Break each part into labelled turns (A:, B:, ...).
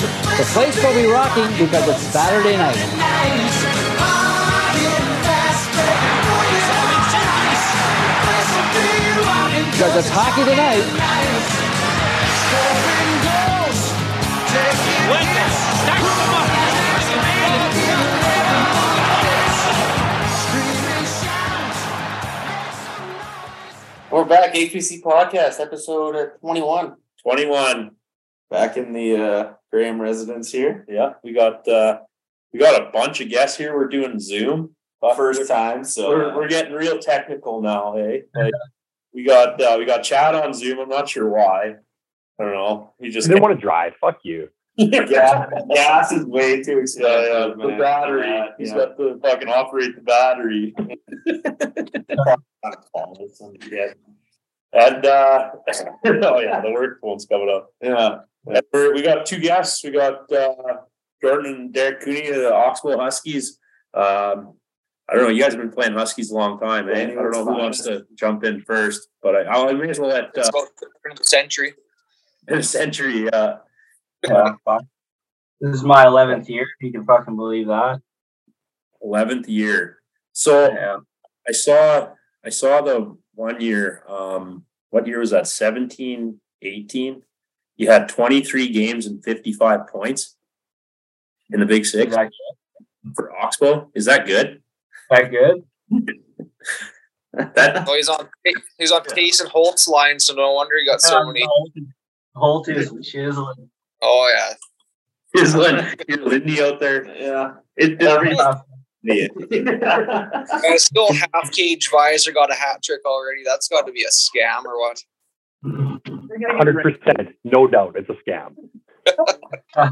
A: place will be rocking because it's Saturday night. Because it's hockey tonight.
B: We're back, HPC Podcast, episode uh, 21.
C: 21.
B: Back in the uh, Graham residence here.
C: Yeah, we got uh we got a bunch of guests here. We're doing Zoom.
B: First time, so uh,
C: We're, we're getting real technical now, hey. Like we got uh, we got Chad on Zoom. I'm not sure why. I don't know. He
D: I
C: just
D: didn't want to drive. Fuck you.
C: yeah,
B: gas is way too
C: yeah, yeah.
B: expensive.
C: The battery. He's got to fucking operate the battery.
B: yeah.
C: And uh oh yeah, the work phone's coming up.
B: yeah.
C: And we're, we got two guests. We got uh, Jordan and Derek Cooney of the Oxbow Huskies. Um, I don't know. You guys have been playing Huskies a long time. Eh? I don't know who wants to jump in first, but I, I'll- I may as well let uh,
E: about the turn of the century.
C: Century. Uh,
F: This is my 11th year, if you can fucking believe that.
C: 11th year. So
F: Yeah.
C: I saw I saw the one year. Um, what year was that? 17, 18? You had 23 games and 55 points in the Big
F: Is
C: Six
F: that,
C: for Oxbow. Is that good?
F: that good?
C: That
E: Oh, he's on he's on Pace and Holt's line, so no wonder he got
F: Uh,
E: so many.
F: Holt is chiseling.
E: Oh yeah,
C: Is Lin- is Lindy out there?
B: Yeah.
C: It
F: Every,
E: and still half cage visor got a hat trick already. That's got to be a scam or what?
D: 100%. No doubt. It's a scam.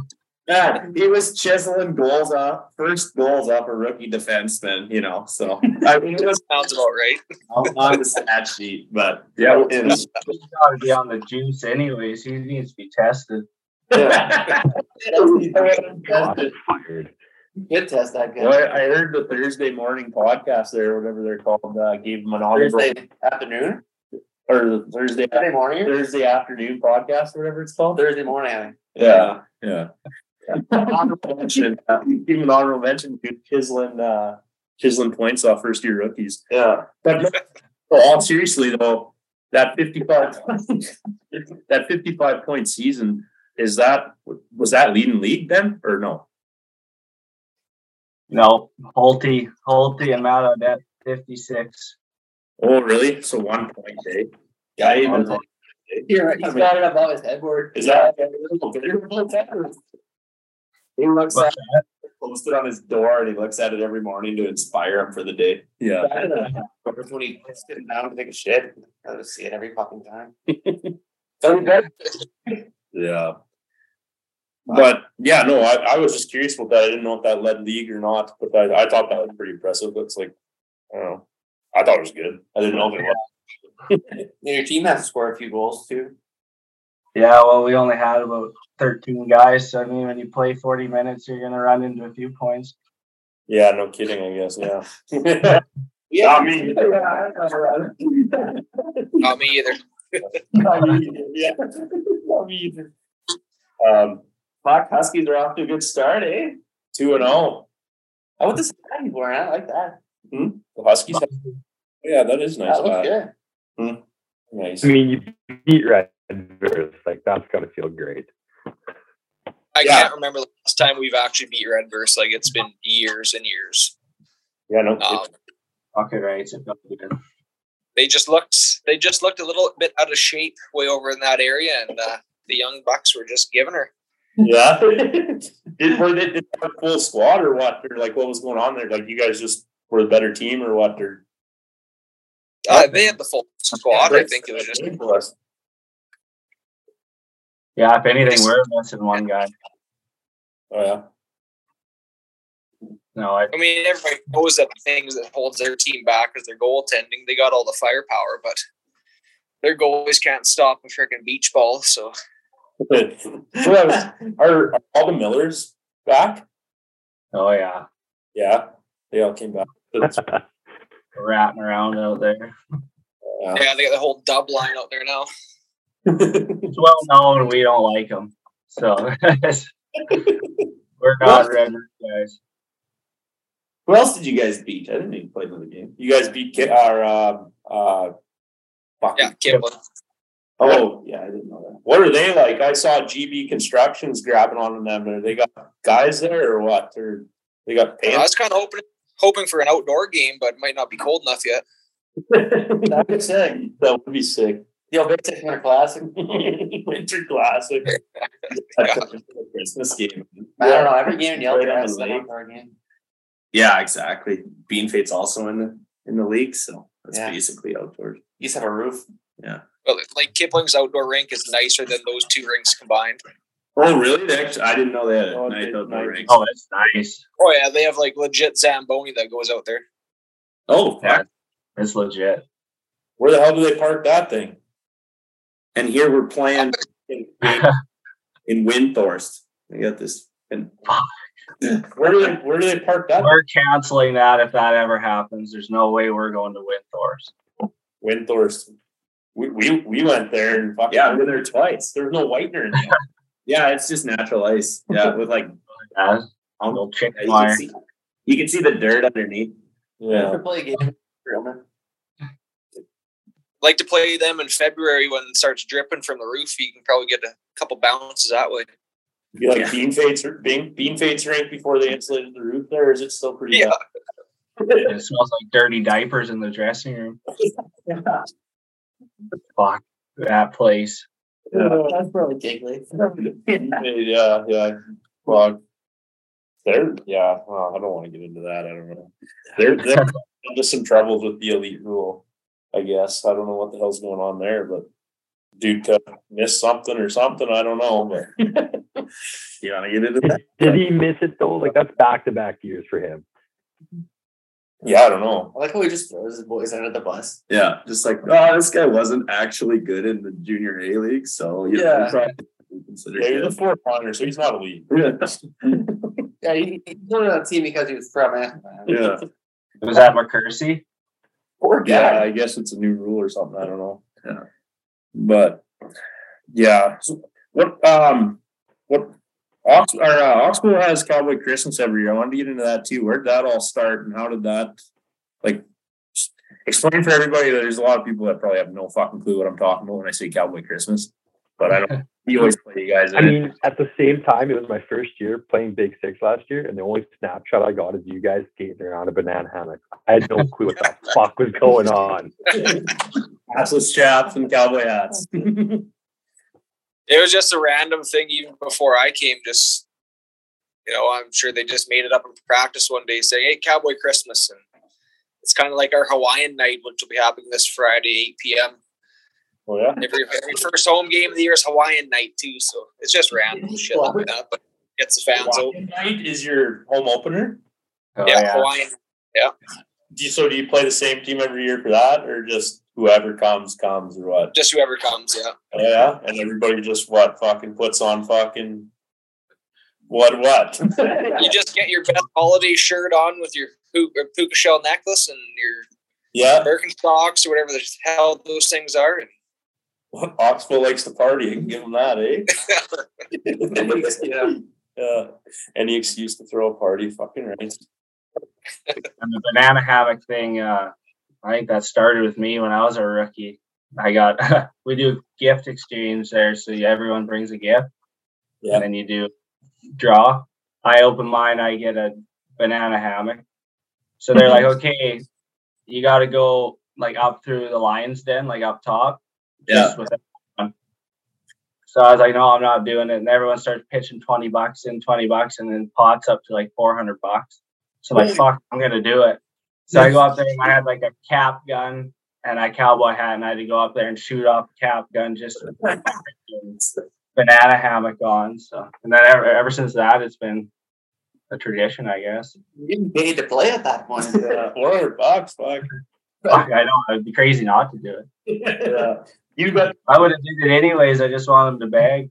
B: Yeah, he was chiseling goals up, first goals up a rookie defenseman, you know. So I mean, it was
E: Sounds about right.
B: on the stat sheet, but
C: yeah,
B: it was
F: he's got to be on the juice anyways. He needs to be tested.
B: yeah.
D: God, fired.
B: Good test that
C: Well, I I heard the Thursday morning podcast there, whatever they're called, uh, gave them an honorable
B: Thursday afternoon,
C: or the Thursday
B: Saturday morning,
C: Thursday afternoon podcast, or whatever it's called.
B: Thursday morning. I think.
C: Yeah, yeah. honorable mention, uh, give them an honorable mention to chiseling, uh, chiseling points off first year rookies.
B: Yeah,
C: But no, well, all seriously though, that fifty-five, that fifty-five point season is that was that leading league then or no?
F: No, Holty, Holty and Matt Odette, 56.
C: Oh, really? So one point eight. Yeah, I even
B: One
C: yeah,
B: he's got it above his headboard.
C: Is that-
B: He looks
F: What's
B: at it, posted on his door, and he looks at it every morning to inspire him for the day.
C: yeah.
B: When he's sitting down to take a shit, I just see it every fucking time. So he does.
C: yeah. But yeah, no, I, I was just curious about that. I didn't know if that led league or not, but I, I thought that was pretty impressive. It's like, I don't know. I thought it was good. I didn't know if it was.
B: Your team has to score a few goals too.
F: Yeah, well, we only had about 13 guys. So, I mean, when you play 40 minutes, you're going to run into a few points.
C: Yeah, no kidding, I guess. Yeah.
B: Yeah,
C: I mean-
E: Not me either.
C: yeah.
B: mean,
C: Um,
B: Mock Huskies are off to a good start, eh?
C: 2 and oh. 0.
B: I want this patty for I like that.
C: The Huskies. have- Hmm? Yeah, that is nice.
B: that looks
C: Uh,
B: good.
C: nice.
D: I mean, you beat Red Bears. Like, that's got to feel great.
E: I
C: Yeah.
E: can't remember the last time we've actually beat Redverse. Like it's been years and years.
C: Yeah, no.
E: Um,
F: Okay, right. So, don't do it.
E: they just looked they just looked a little bit out of shape way over in that area, and uh, the young bucks were just giving her.
C: Yeah. did, were they, did they have a full squad or what? Or like what was going on there? Like you guys just were the better team or what? Or
E: Uh, they had the full squad. I think it was just
F: yeah, if anything, we're missing one guy.
C: Oh yeah.
F: No, I
E: I mean, everybody knows that the things that holds their team back is their goaltending. They got all the firepower, but their goalies can't stop a freaking beach ball. So
C: so that was, are, are all the Millers back?
F: Oh yeah,
C: Yeah, they all came back. That's-
F: ratting around out there.
C: yeah.
E: yeah, they got the whole dub line out there now.
F: It's well known we don't like them, so it's We're not Red Roof guys.
C: Who else did you guys beat? I didn't even play another game. You guys beat Ki- our um uh, fuck.
E: Yeah, Kipling.
C: Oh yeah, I didn't know that. What are they like? I saw GB Constructions grabbing on them. Are they got guys there or what? Or they got
E: I
C: pants?
E: was kind of hoping hoping for an outdoor game, but it might not be cold enough yet.
C: that would be sick. That would be sick.
B: The Alberta Winter Classic.
C: Winter classic. Christmas game.
B: I don't know. Every game in the
C: Right
B: Alberta
C: on
B: has
C: the
B: an
C: lake.
B: outdoor game.
C: Yeah, exactly. Bean Fate's also in the in the league, so that's
B: Yeah.
C: basically outdoors.
B: You used to have a roof.
E: But like Kipling's outdoor rink is nicer than those two rinks combined.
C: Oh, really? They actually, I didn't know they had a
B: Oh,
C: night
B: they-
C: outdoor
B: night-
C: rink.
F: Oh, that's nice.
E: Oh yeah, they have like legit Zamboni that goes out there.
C: Oh, fuck.
F: Yeah. That's legit.
C: Where the hell do they park that thing? And here we're playing in, in Windthorst. They got this. And
F: Fuck.
C: where do they where do they park that?
F: We're canceling that if that ever happens. There's no way we're going to Windthorst.
C: Windthorst. We, we we went there and fucking yeah, I've been there twice. There's no whitener in there. yeah, it's just natural ice. Yeah, with like
F: Yeah,
C: um,
F: little chicken
C: you
F: wire.
C: can see you can see the dirt underneath.
B: You ever play a game? in Realtor?
E: Like to play them in February when it starts dripping from the roof. You can probably get a couple bounces that way.
C: You like
B: Yeah.
C: bean fades bean bean fades rank before they insulated the roof there, or is it still pretty
E: Yeah.
F: It smells like dirty diapers in the dressing room.
B: Yeah.
F: Fuck that place.
C: Yeah.
B: That's probably giggly.
C: yeah, yeah. Well, they're yeah. Well, I don't want to get into that. I don't know. They're they're into some troubles with the elite rule. I guess I don't know what the hell's going on there, but dude uh, missed something or something. I don't know. But you want to get into that?
D: Did he miss it though? Like that's back to back years for him.
C: Yeah, I don't know.
B: I like how he just throws his boys under the bus.
C: Yeah, just like oh, this guy wasn't actually good in the junior A league, so
B: you know, Yeah. he's
C: yeah, he's a four pounder, so he's not elite.
B: Yeah, he, he was on that team because he was from Anaheim.
C: yeah.
F: Was that McCursey?
B: Poor guy.
C: yeah, I guess it's a new rule or something. I don't know. Yeah. But yeah. So what um what Ox or uh, Oxbow has Cowboy Christmas every year. I wanted to get into that too. Where'd that all start and how did that like s- explain for everybody that there's a lot of people that probably have no fucking clue what I'm talking about when I say Cowboy Christmas. But I don't you always play you guys in
D: I
C: it.
D: mean, at the same time, it was my first year playing Big Six last year, and the only snapshot I got is you guys skating around a banana hammock. I had no clue what the fuck was going on.
C: Assless chaps and cowboy hats.
E: It was just a random thing even before I came. Just you know, I'm sure they just made it up in practice one day, saying, "Hey, Cowboy Christmas," and it's kind of like our Hawaiian night, which will be happening this Friday, 8 p.m.
C: oh yeah.
E: Every, every first home game of the year is Hawaiian night too, so it's just random shit like that. But gets the fans open.
C: Hawaiian night is your home opener.
F: Oh,
E: yeah,
F: yeah.
E: Hawaiian.
C: do you, so do you play the same team every year for that or just whoever comes comes or what Oh,
E: Just whoever comes, yeah.
C: yeah and everybody just what fucking puts on fucking what what
E: You just get your best holiday shirt on with your pu- uh, puka shell necklace and your
C: yeah
E: Birkenstocks or whatever the hell those things are. And
C: oxville likes to party you can give them that eh yeah yeah any excuse to throw a party fucking right
F: And the banana hammock thing, uh, I think that started with me when I was a rookie. I got we do gift exchange there, so you- everyone brings a gift,
C: Yeah.
F: and then you do draw. I open mine, I get a banana hammock. So they're like, okay, you got to go like up through the lion's den, like up top. just with everyone. So I was like, no, I'm not doing it. And everyone starts pitching 20 bucks in, 20 bucks, and then pots up to like 400 bucks. So I'm like, fuck, I'm going to do it. So I go up there and I had like a cap gun and a cowboy hat, and I had to go up there and shoot off a cap gun just with my freaking banana hammock on. So, and then ever, ever since that, it's been a tradition, I guess.
B: You didn't pay to play at that point.
C: yeah, 400 bucks fuck
F: Fuck, I know I'd be crazy not to do it.
C: yeah you got
F: I would have did it anyways. I just want them to bag.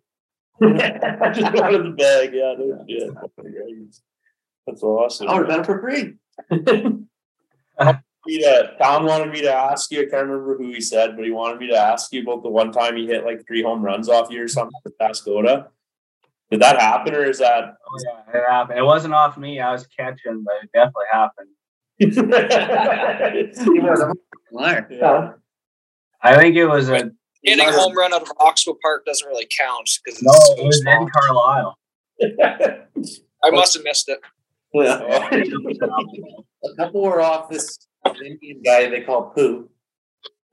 C: just out of the bag yeah, no shit. that's awesome
B: I would have done it for free.
C: me to Tom wanted me to ask you. I can't remember who he said, but he wanted me to ask you about the one time he hit like three home runs off you or something with Pascota. Did that happen or is that?
F: Oh yeah, it happened. It wasn't off me. I was catching, but it definitely happened.
B: He was a liar.
C: yeah.
F: I think it was a
E: Hitting
F: Not a-
E: home run out of Oxwell Park doesn't really count because it's
F: no. It
E: so
F: was
E: small.
F: in Carlisle.
E: I must have missed it.
B: Well, a couple were off this Indian guy they call Pooh.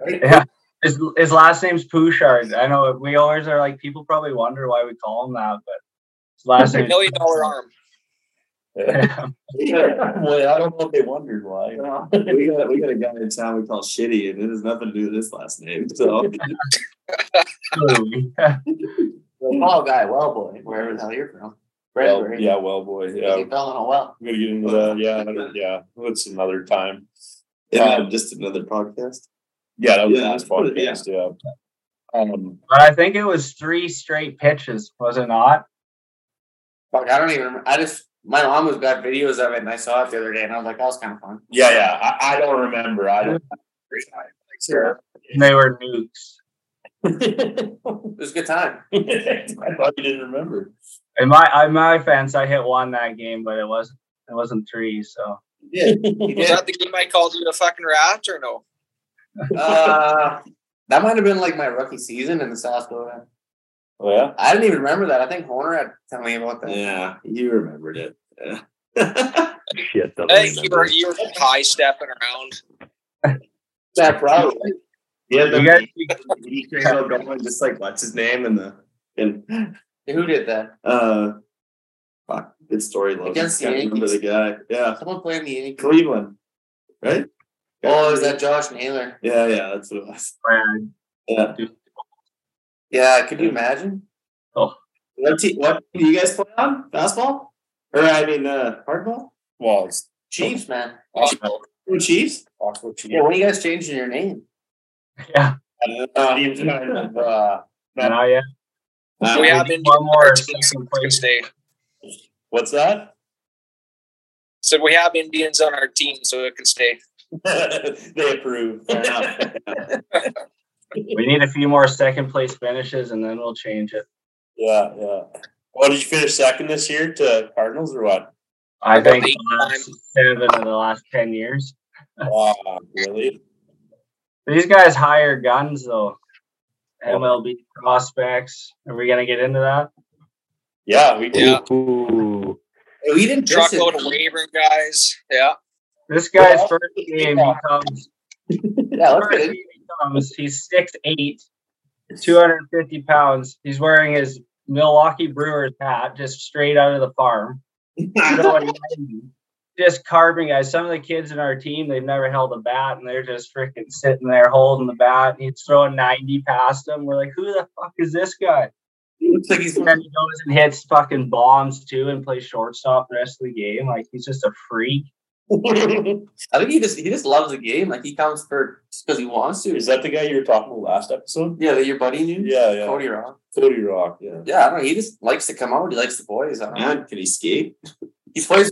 B: Right?
F: Yeah. His, his last name's Pouchard. I know we always are like people probably wonder why we call him that, but his last name.
E: Million dollar arm.
C: Well, I don't know if they wondered why.
B: we got we got a guy in town we call Shitty, and it has nothing to do with this last name. So
G: Hmm.
B: Paul Guy Wellboy, wherever the hell you're from,
C: Well,
B: Bradbury.
C: yeah, well, boy,
B: He
C: yeah.
B: fell in a well.
C: I'm gonna get into that. Yeah, another- yeah. That's another time.
G: Isn't
C: Um,
G: it just another podcast?
C: Yeah, that was
G: Yeah,
C: yeah, this podcast. Yeah. Um,
F: But I think it was three straight pitches, was it not?
B: Fuck, I don't even. Remember. I just my mom was got videos of it, and I saw it the other day, and I was like, that was kind of fun.
C: yeah, yeah. I, I don't remember. I don't.
B: Sure,
F: And they were nukes.
B: it was a good time.
C: I thought you didn't remember.
F: In my in my fence, I hit one that game, but it wasn't it wasn't three. So
B: He
E: Was
B: did.
E: that the game I called you a fucking rat or no?
B: Uh, that might have been like my rookie season in the South Dakota.
C: Oh, yeah.
B: I didn't even remember that. I think Horner had tell me about that.
G: Yeah, you remembered it. Yeah.
D: Shit, doesn't
E: I think you
D: remember.
E: were you were high stepping around.
B: That probably.
G: yeah,
F: you guys,
G: he came out going just like what's his name and the and
B: Who did that?
G: uh, fuck, good story. Logan.
B: Against the
G: Can't remember
B: Yankees.
G: the guy. Yeah,
B: Someone playing the Yankees.
G: Cleveland, right?
B: Oh, is that Josh Naylor?
G: Yeah, yeah, that's what it was.
F: were-
G: Yeah.
B: Yeah, could you imagine?
G: What team? What do you guys play on? Fastball? Or I mean, uh, hardball?
C: Well, it's
B: Chiefs, man.
E: Oxbow.
G: Oh, Chiefs.
C: Oxford
B: Yeah, when are you guys changing your name?
F: yeah,
C: teams kind of, uh,
F: and I yeah,
G: Uh,
E: We
F: we
E: have been
F: need one more second place.
E: Wednesday.
C: what's that?
E: So we have Indians on our team, so it can stay.
C: they approve.
G: fair enough.
F: We need a few more second place finishes, and then we'll change it.
C: Yeah, yeah. Well, did you finish second this year to Cardinals or what?
F: I
E: About
F: think
E: eight
F: the last seven of the last ten years.
C: Wow, really?
F: These guys hire guns though. MLB prospects. Are we gonna get into that?
C: Yeah, we did.
E: Yeah.
D: Ooh.
B: Hey, we didn't miss
E: Truckload of
B: it.
E: wavering guys. Yeah.
F: This guy's
C: Well,
F: first game he comes.
B: Yeah, that's
F: First
B: good.
F: game he comes. He's six eight, two hundred and fifty pounds. He's wearing his Milwaukee Brewers hat, just straight out of the farm. Going 90, just carving guys. Some of the kids in our team, they've never held a bat, and they're just freaking sitting there holding the bat. And he's throwing ninety past them. We're like, who the fuck is this guy?
B: Looks like he's
F: And then he goes and hits fucking bombs too and plays shortstop the rest of the game. Like he's just a freak.
B: I think he just he just loves the game. Like he comes for just because he wants to.
C: Is that the guy you were talking to last episode?
B: yeah, that your buddy knew?
C: Yeah, yeah.
B: Cody Rock.
C: Cody Rock, yeah.
B: Yeah, I don't know. He just likes to come out. He likes the boys. I don't know.
G: Man, can he skate?
B: He plays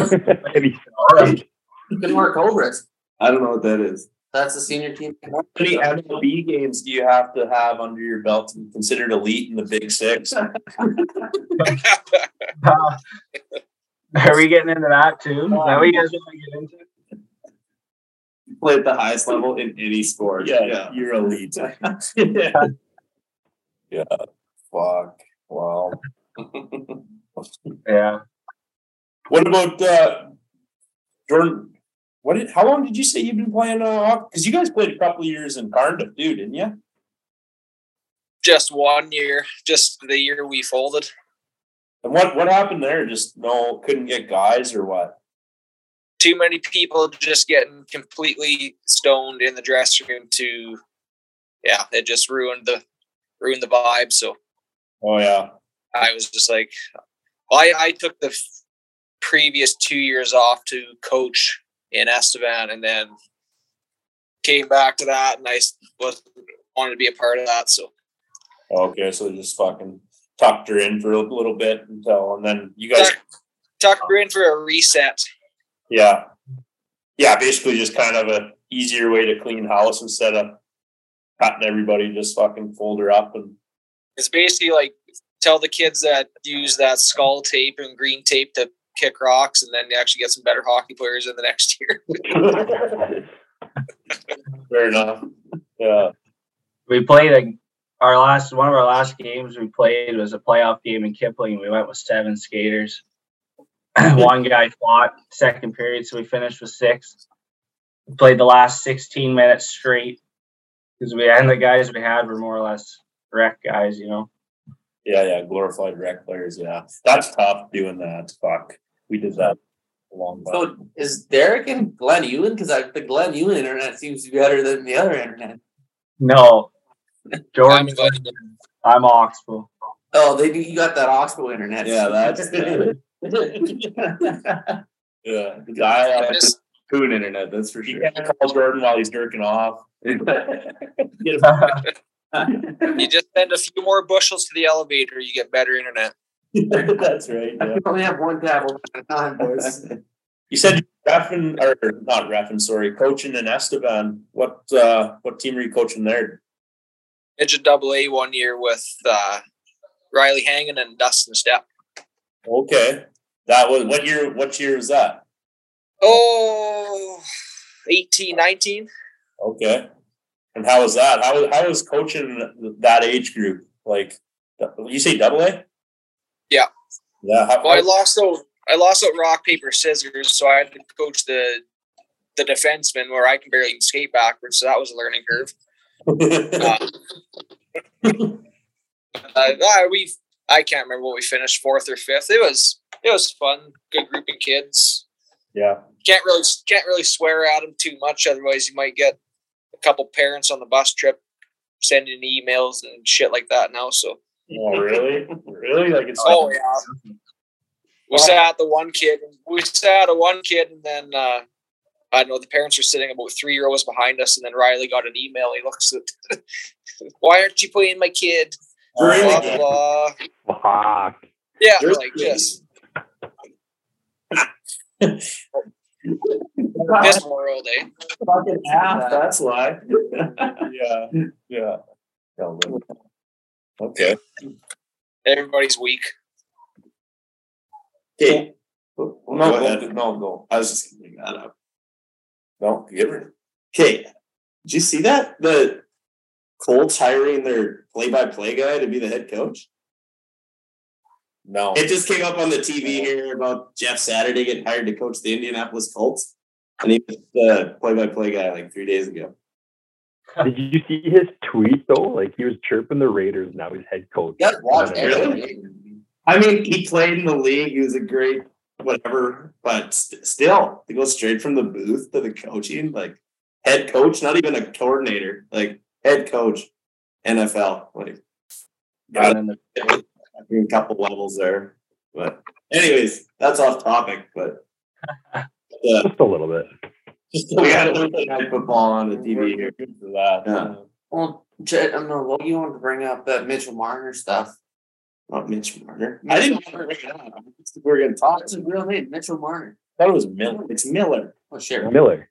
D: And he's
B: Denmark Cobras.
G: I don't know what that is.
B: That's the senior team.
C: How many MLB games do you have to have under your belt to be considered elite in the Big Six?
F: Uh, are we getting into that too? Is that what you guys want to get into?
G: You play at the highest level in any sport.
C: Yeah, you're elite. yeah. Fuck. Wow.
F: Yeah.
C: What about uh, Jordan? What did? How long did you say you've been playing? Because you guys played a couple of years in Cardiff, too, didn't you?
E: Just one year. Just the year we folded.
C: And what what happened there? Just no, couldn't get guys or what?
E: Too many people just getting completely stoned in the dressing room to yeah, it just ruined the ruined the vibe. So
C: Oh yeah,
E: I was just like, well, I, I took the f- previous two years off to coach in Estevan and then came back to that and I s- was wanted to be a part of that. So
C: okay. So they just fucking tucked her in for a little bit until, and then you guys,
E: tuck her in for a reset.
C: yeah, yeah, basically just kind of a easier way to clean house instead of cutting everybody. Just fucking fold her up and
E: It's basically like tell the kids that use that skull tape and green tape to kick rocks, and then they actually get some better hockey players in the next year.
C: Fair enough. Yeah.
F: We played a, our last one of our last games we played was a playoff game in Kipling. We went with seven skaters. one guy fought second period, so we finished with six. We played the last 16 minutes straight because we and the guys we had were more or less wreck guys, you know.
C: Yeah, yeah, glorified rec players. Yeah, that's tough doing that. Fuck, we did that a long time.
H: So is Derek and Glenn Ewan? Because the Glenn Ewan internet seems to be better than the other internet.
F: No,
E: I'm
F: Jordan,
E: glad
F: I'm Oxbow.
H: Oh, they do. You got that Oxbow internet.
C: Yeah, that's- yeah, the guy
E: I
C: uh,
E: just-
C: coon internet. That's for sure. You can't call Jordan while he's jerking off.
E: you just send a few more bushels to the elevator, you get better internet.
C: that's right. Yeah.
H: we only have one tab open at a time, boys.
C: You said Raffin or not Raffin, sorry, coaching in Esteban. What uh what team are you coaching there?
E: Midget double A one year with uh, Riley Hangen and Dustin Step.
C: Okay. That was what year what year was that?
E: Oh, 18, 19.
C: Okay. And how was that? How was how was coaching that age group? Like you say double A?
E: Yeah.
C: Yeah. How,
E: Well, I lost out. I lost out rock paper scissors, so I had to coach the the defenseman where I can barely even skate backwards. So that was a learning curve. Uh, uh, we I can't remember what we finished fourth or fifth. It was it was fun. Good group of kids.
C: yeah.
E: Can't really can't really swear at them too much, otherwise you might get a couple parents on the bus trip sending emails and shit like that now. So
C: Oh really? Really? Like it's
E: Oh yeah. We sat the one kid. We sat the one kid, and then uh, I don't know the parents were sitting about three rows behind us, and then Riley got an email. He looks at, why aren't you playing my kid? Blah blah. blah.
D: Fuck.
E: Yeah,
C: Really?
E: like just this world, eh?
H: Fucking app, that's why.
C: yeah. Yeah. Okay.
E: Everybody's weak.
C: Okay.
H: No,
C: Go ahead. No, no. I was just
H: that up.
C: no give her.
B: Okay. Did you see that? The Colts hiring their play by play guy to be the head coach?
C: No.
B: It just came up on the TV here about Jeff Saturday getting hired to coach the Indianapolis Colts. And he was the play by play guy like three days ago.
D: Did you see his tweet though? Like he was chirping the Raiders. Now he's head coach.
H: You gotta watch
D: Really?
H: everything.
B: I mean, he played in the league. He was a great whatever, but st- still, to go straight from the booth to the coaching, like head coach, not even a coordinator, like head coach, NFL, like
F: Down in the
B: I think a couple levels there. But anyways, that's off topic, but yeah,
D: Just a little bit.
B: we had Thursday night football on the TV here.
C: Good for that.
B: Yeah.
H: Well, Jed, I'm gonna you wanted to bring up that Mitchell Marner stuff.
B: Not Mitch Marner. I didn't
H: Mitchell Marner.
B: we were gonna talk.
H: What's his real name? Mitchell Marner.
C: I thought it was Miller.
B: It's Miller.
H: Oh, sure.
D: Miller.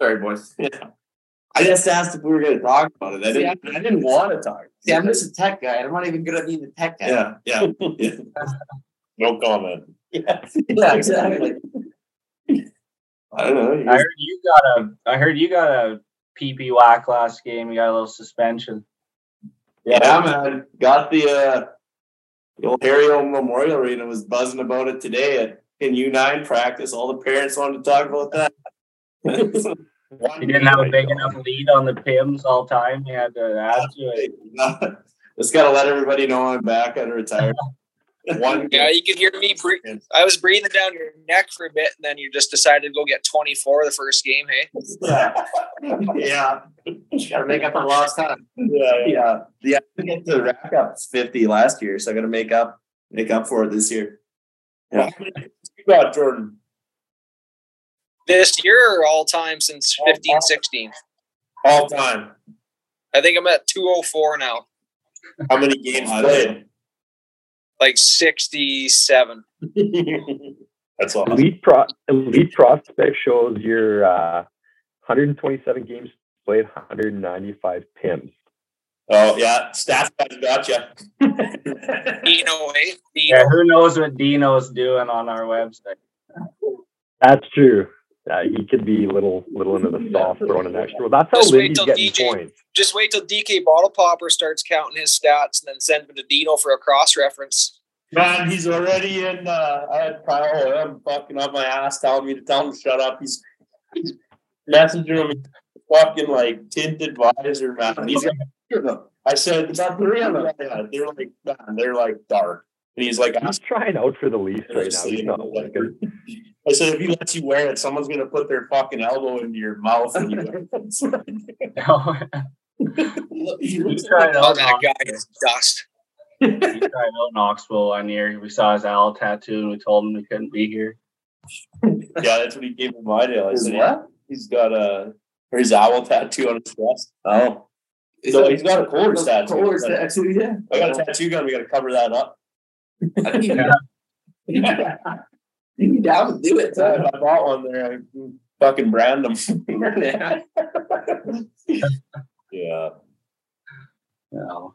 H: Sorry, boys. Yeah.
B: I just asked if we were gonna talk about it. I
H: See,
B: didn't I didn't want to talk.
H: See, I'm just a tech guy. and I'm not even good at being the tech guy.
B: Yeah, yeah.
C: No comment.
H: yeah exactly.
B: I don't know. You
F: I
B: guys-
F: heard you got a. I heard you got a PP whack last game. You got a little suspension.
B: Yeah, man. Got the uh the old Harriel Memorial Arena was buzzing about it today at, in U nine practice. All the parents wanted to talk about that.
F: You didn't have a big enough lead on the Pims all time. You had to add to it.
B: Just gotta let everybody know I'm back out of retirement.
C: One
E: Yeah, you could hear me. Bre- I was breathing down your neck for a bit, and then you just decided to go get 24 the first game. Hey,
B: yeah.
H: yeah. Gotta make up for lost time.
C: yeah, yeah.
B: Yeah. Yeah. I get to rack up fifty last year, so I gotta make up make up for it this year.
C: How many games you got, Jordan?
E: this year or all time since 15, 16.
C: All time.
E: I think I'm at 204 now,
C: How many games
B: I don't
C: played?
E: like 67.
C: That's all.
D: Elite pro elite prospect shows your uh, 127 games played, 195 pims.
C: Oh yeah, staff guys gotcha.
E: Dino, eh? Dino.
F: Yeah, who knows what Dino's doing on our website?
D: That's true. Uh, he could be little little into the soft throwing an extra. Well, that's how
E: Mm-hmm. Just wait
D: Lindy's
E: till
D: getting
E: DJ
D: points.
E: Just wait till DK Bottle Popper starts counting his stats and then send them to Dino for a cross reference.
C: Man, he's already in. Uh, I had Kyle I'm fucking up my ass, telling me to tell him to shut up. He's, he's messenger him, fucking like tinted visor, man. He's like, I said about three of them. Yeah, they're like, man, they're like dark. And he's like, "Ah,
D: He's trying out for the Leafs right now. He's not working.
C: I said, if he lets you wear it, someone's gonna put their fucking elbow into your mouth. And you
F: He tried
E: Oh,
F: out,
E: that
F: Knox-
E: guy is dust.
F: he tried out Knoxville one year. We saw his owl tattoo and we told him we couldn't be here.
C: yeah, that's what he gave him my deal. I
B: His
C: said,
B: what?
C: yeah, he's got a or his owl tattoo on his chest.
B: Oh.
C: No, he's got a Coors tattoo.
B: Coors tattoo, yeah.
C: I got a tattoo gun. We got to cover that up.
B: I think you you can down and do it.
C: So if
B: huh?
C: I bought one there. I can fucking brand them.
B: Yeah.
C: yeah. So,
F: No.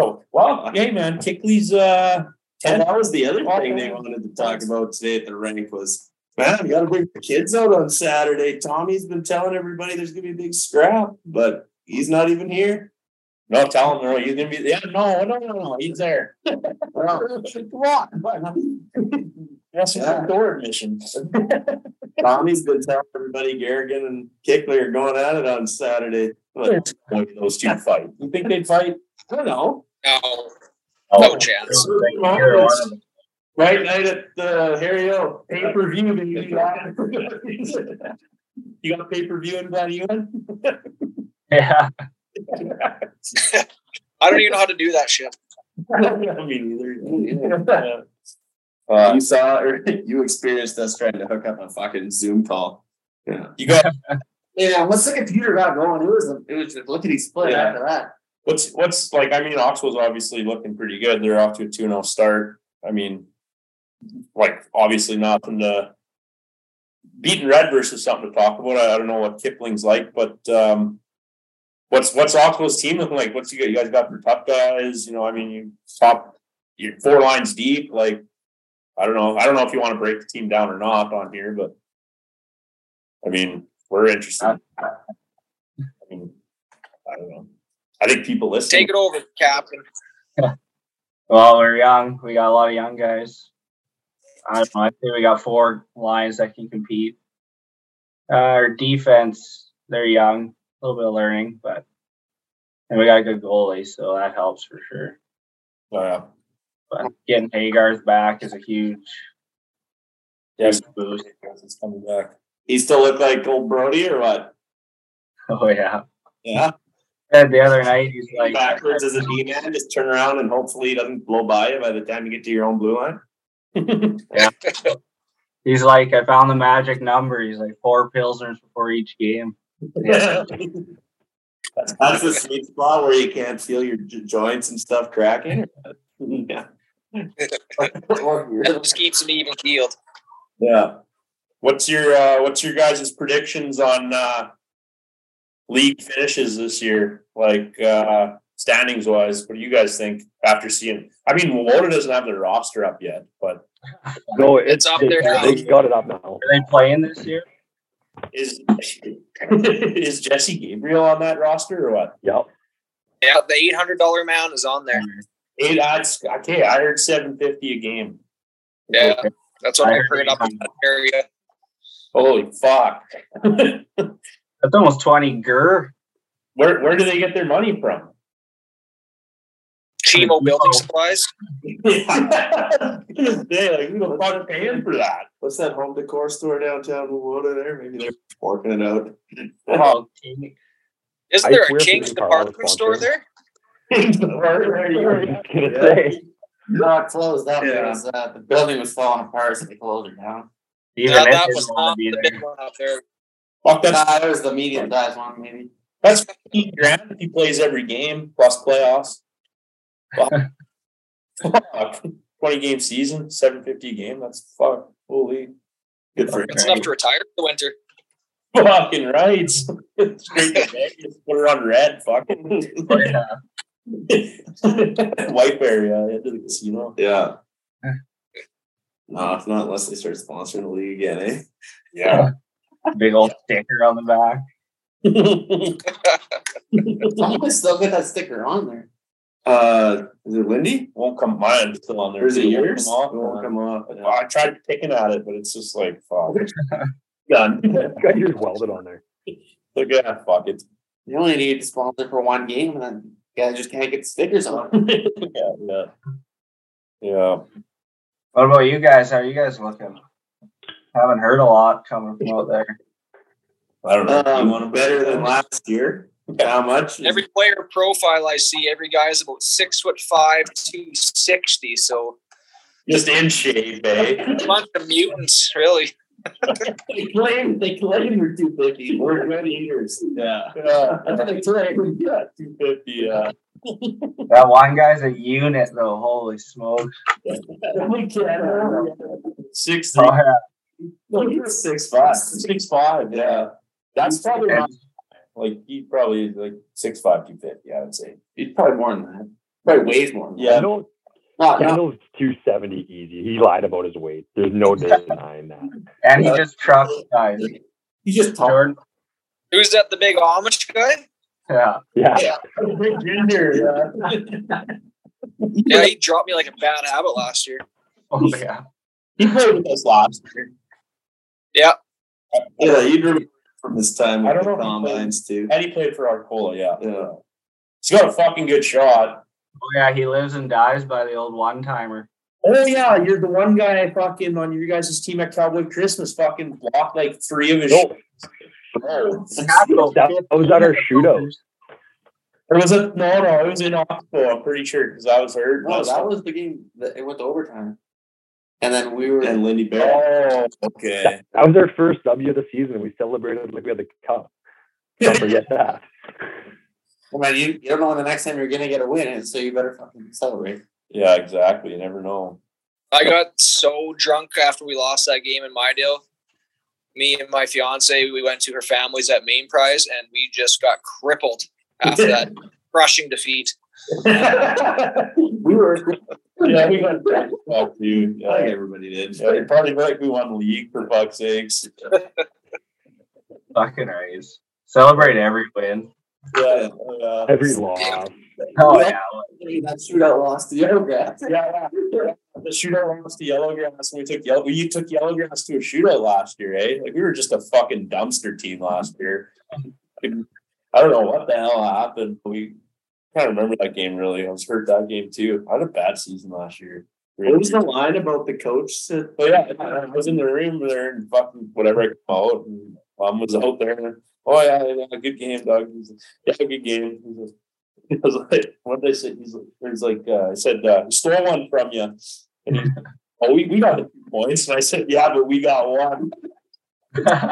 C: Oh, well, hey man, Tickley's uh,
B: And
C: ten.
B: that was the other thing they wanted to talk about today at the rank was, man, you got to bring the kids out on Saturday. Tommy's been telling everybody there's going to be a big scrap, but he's not even here.
C: No, tell him no, he's gonna be. Yeah, no, no, no, no, he's there.
B: Well,
C: That's a door admission.
B: Tommy's been telling everybody Garrigan and Kickley are going at it on Saturday. But
C: Those two fight. You think they'd fight?
B: I don't know.
E: No,
F: Oh,
E: no chance.
F: thank you. You're one of them.
B: Right night at the Harry O.
C: Pay per view, baby. you got pay per view in Van Uden?
F: Yeah.
E: I don't even know how to do that shit.
C: I mean, either.
B: you saw or you experienced us trying to hook up a fucking Zoom call. Yeah.
C: You got
B: Yeah, once the computer got going, it was it was just look at his split
C: Yeah.
B: after that.
C: What's what's like? I mean, Oxwell's obviously looking pretty good. They're off to a two 0 start. I mean, like obviously nothing to beating Redverse is something to talk about. I, I don't know what Kipling's like, but um, what's what's Oxwell's team looking like? What's you got? You guys got for tough guys? You know, I mean, you top you're four lines deep. Like, I don't know. I don't know if you want to break the team down or not on here, but I mean, we're interested. I mean, I don't know. I think people listen.
E: Take it over, Captain.
F: Well, we're young. We got a lot of young guys. I don't know. I think we got four lines that can compete. Uh, our defense, they're young, a little bit of learning, but and we got a good goalie, so that helps for sure.
C: Uh,
F: But getting Hagarth back is a huge,
C: yes,
F: huge boost.
C: it's coming back.
B: He still looked like old Brody or what?
F: Oh yeah.
B: Yeah.
F: And the other night he's like
B: backwards as a D man, just turn around and hopefully he doesn't blow by you by the time you get to your own blue line.
F: he's like, I found the magic number. He's like four pilsners before each game.
B: Yeah. That's the sweet spot where you can't feel your j- joints and stuff cracking. Yeah.
E: It just keeps it even keeled.
C: Yeah. What's your uh, what's your guys' predictions on uh, league finishes this year? Like uh, standings wise, what do you guys think after seeing? I mean, Woloda doesn't have their roster up yet, but
D: No,
E: It's up
D: they-
E: there now.
D: They got it up now.
F: Are they playing this year?
C: is is Jesse Gabriel on that roster or what?
D: Yep.
E: Yeah, the eight hundred dollar man is on there.
C: Eight odds. Okay, I heard seven fifty a game.
E: Yeah, that's what I,
F: I
E: heard
F: heard
E: up in that area.
C: Holy fuck!
F: That's almost twenty gur.
C: Where where do they get their money from?
E: Chemo building
F: No.
E: supplies.
C: they like who the fuck paying for that?
B: What's that home decor store downtown Wawota there? Maybe they're working it out.
F: Well, Oh, King-
E: Isn't
D: I
E: there
D: swear
E: a
D: if
E: King's
D: we can borrow
E: department store
D: sponsor.
E: there?
D: I was gonna say.
B: No, it closed up
C: Yeah.
B: because uh, the building was falling apart, so they closed it down.
F: even
E: Yeah,
F: if
E: that
F: they
E: was
F: don't wanna
E: not
F: be
E: the
F: there.
E: big one up there.
C: Fuck that's
B: Nah, it was the medium sized one, maybe.
C: That's 15 grand if he plays every game plus playoffs. Fuck. Fuck. 20 game season, 750 a game. That's fuck. Holy. Good for
E: It's
C: him.
E: enough to retire for the winter.
C: Fucking right. Straight to Vegas. Put her on red. Fuck.
F: But, uh,
C: White Bear, yeah, into the casino.
B: Yeah. No, it's not unless they start sponsoring the league again, eh?
C: Yeah.
F: Big old sticker on the back.
B: Some of still got that sticker on there. Uh, is it Lindy?
C: Won't come mine still on there.
B: Or is it
C: It won't
B: yours? It
C: come off.
B: won't come off. yeah.
C: I tried picking at it, but it's just like fuck. Done.
D: Got yours welded on there.
C: Look at that, fuck it.
B: You only need to sponsor for one game, and then you guys just can't get stickers on.
C: Yeah, yeah. Yeah.
F: What about you guys? How are you guys looking? Haven't heard a lot coming from out there.
C: I don't know.
B: Um,
C: you want to
B: better than last year. How much?
E: Every player profile I see, every guy's about six foot five, two sixty. So
C: just in shape, eh?
E: a bunch of mutants, really.
B: they claim they claim we're two fifty. We're good eaters.
C: Yeah. yeah.
B: That's what they claim. Yeah.
C: 250, yeah.
F: That one guy's a unit though. Holy smokes!
B: We can.
C: Six
F: Oh, yeah.
B: Look, six five.
C: Six five, yeah. That's probably
F: And
C: not, like he probably is like six five, two fifty, I would say.
B: He's probably more than that. Probably weighs more. Than
C: Yeah.
D: Kendall,
B: That. Not, not
D: Kendall's 270 easy. He lied about his weight. There's no denying that.
F: and he just trucks guys.
B: he's just tall.
F: Jordan,
E: Who's that? The big Amish guy?
F: yeah,
D: Yeah.
B: Ginger, yeah.
E: Yeah, he dropped me like a bad habit last year.
F: oh yeah.
C: He played with us last year.
E: Yeah,
B: yeah, you'd remember from this time.
C: I don't
B: with the
C: know if he
B: combines too.
C: And he played for Arcola, yeah.
B: Yeah.
C: He's got a fucking good shot.
F: Oh yeah, he lives and dies by the old one timer.
C: Oh yeah, you're the one guy fucking on your guys' team at Cowboy Christmas fucking blocked like three of his
D: No,
C: shots.
D: that was at our shootout.
C: Or was it no no, it was in Oxbow, I'm pretty sure, because I was hurt.
I: No, that was the game that it went to overtime. And then we were
B: And Lindy
C: oh
B: Bear.
C: okay.
D: That was our first W of the season. We celebrated like we had the cup. Don't forget that.
I: well, man, you, you don't know when the next time you're gonna get a win, and so you better fucking celebrate.
C: Yeah, exactly. You never know.
E: I got so drunk after we lost that game in Mydale. Me and my fiance, we went to her family's at Main Prize, and we just got crippled after that crushing defeat.
B: we were.
C: Yeah, we went fuck you.
B: I think
C: Yeah.
B: everybody did.
C: yeah, you're probably right. We won the league for fuck's sakes.
F: Fucking raise. Celebrate every win.
C: Yeah, yeah.
D: Every loss.
F: Oh yeah.
I: That shootout loss to the other guy.
C: Yeah, yeah. The shootout lost to Yellowgrass, and we took Yellow. You took Yellowgrass to a shootout last year, eh? Like we were just a fucking dumpster team last year. I don't know what the hell happened. but We kind of remember that game really. I was hurt that game too. I had a bad season last year.
B: What was the line about the coach? Said,
C: But yeah, I was in the room there and fucking whatever I could call it. And mom was out there. And, oh, yeah, yeah, good game, dog. He's like, yeah, good game. He's like, I was like, what did I say? He's like, he's like uh, I said, uh, "We stole one from you. And he's oh, we, we got a few points. And I said, yeah, but we got one.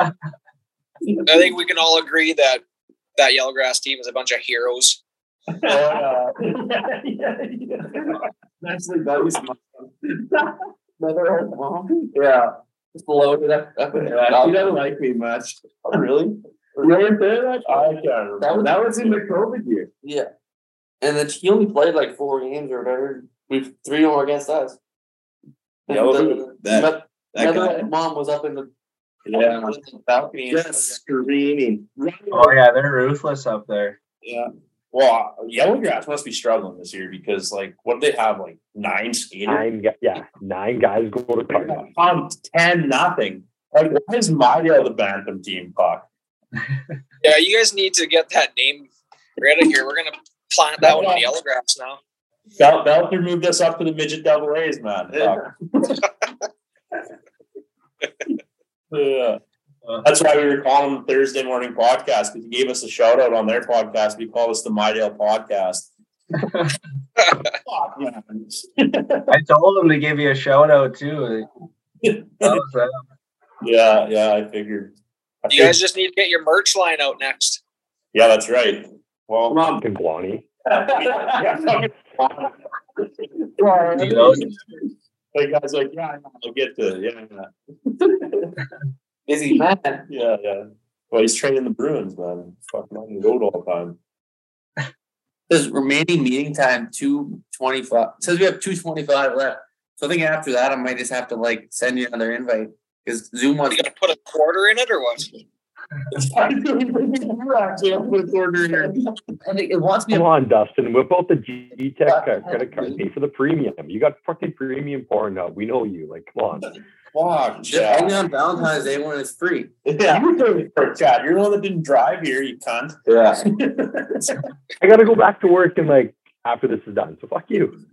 E: I think we can all agree that that Yellowgrass team is a bunch of heroes.
C: Oh, yeah.
B: yeah, yeah, yeah. Naturally, that was my mother old mom. Yeah. Just loaded up. up yeah, she doesn't like me much.
C: Oh, really?
B: You weren't there that
C: I can't remember.
B: That was, that was in the COVID year.
I: Yeah. And then he only played like four games or whatever. We've three more against us. And
C: Yeah, well,
I: the-
B: that-
I: the-
B: That
I: another
B: guy-
I: mom was up in the,
B: yeah.
I: was in the balcony. and
B: Just screaming.
F: Oh yeah, they're ruthless up there.
C: Well, Yellowgrass must be struggling this year because, like, what did they have? Like nine skaters?
D: Nine, gu- yeah, nine guys go to Cardinal.
C: Um, 10 nothing. Like, why is Mydale the Bantam team? Fuck.
E: Yeah, you guys need to get that name right out of here. We're gonna plant that one on Yellowgrass now.
C: Bel- Belter moved us up to the midget double A's, man. Fuck. Yeah. That's why we were calling them Thursday morning podcast because he gave us a shout out on their podcast. We call this the Mydale podcast. Fuck, man.
F: I told them to give you a shout out too. That was uh, them.
C: Yeah, yeah, I figured. I
E: You
C: figured.
E: guys just need to get your merch line out next.
C: Yeah, that's right. Well,
B: Mom.
D: Fucking Guani.
C: yeah, fucking-
F: You know,
C: Like, I was like, yeah, I know, I'll get to it. Yeah, yeah.
I: Busy man.
C: Yeah, yeah. Well, he's training the Bruins, man. Fucking on the road all the time.
I: Says remaining meeting time two twenty five. Says we have two twenty five left. So I think after that, I might just have to like send you another invite because Zoom
E: You
I: wants.
E: got to put a quarter in it or what?
B: Actually, I'll put a quarter in here.
I: I think it wants me.
D: Come
I: to-
D: on, Dustin. Whip out the G Tech
I: Fuck.
D: uh, credit card. Pay for the premium. You got fucking premium porn now. We know you. Like, come on.
C: Fuck,
I: Just
C: Chad.
I: only on Valentine's Day when it's free.
B: Yeah.
C: You were doing it for Chad. You're the one that didn't drive here, you cunt.
B: Yeah.
D: I gotta go back to work and like after this is done. So fuck you.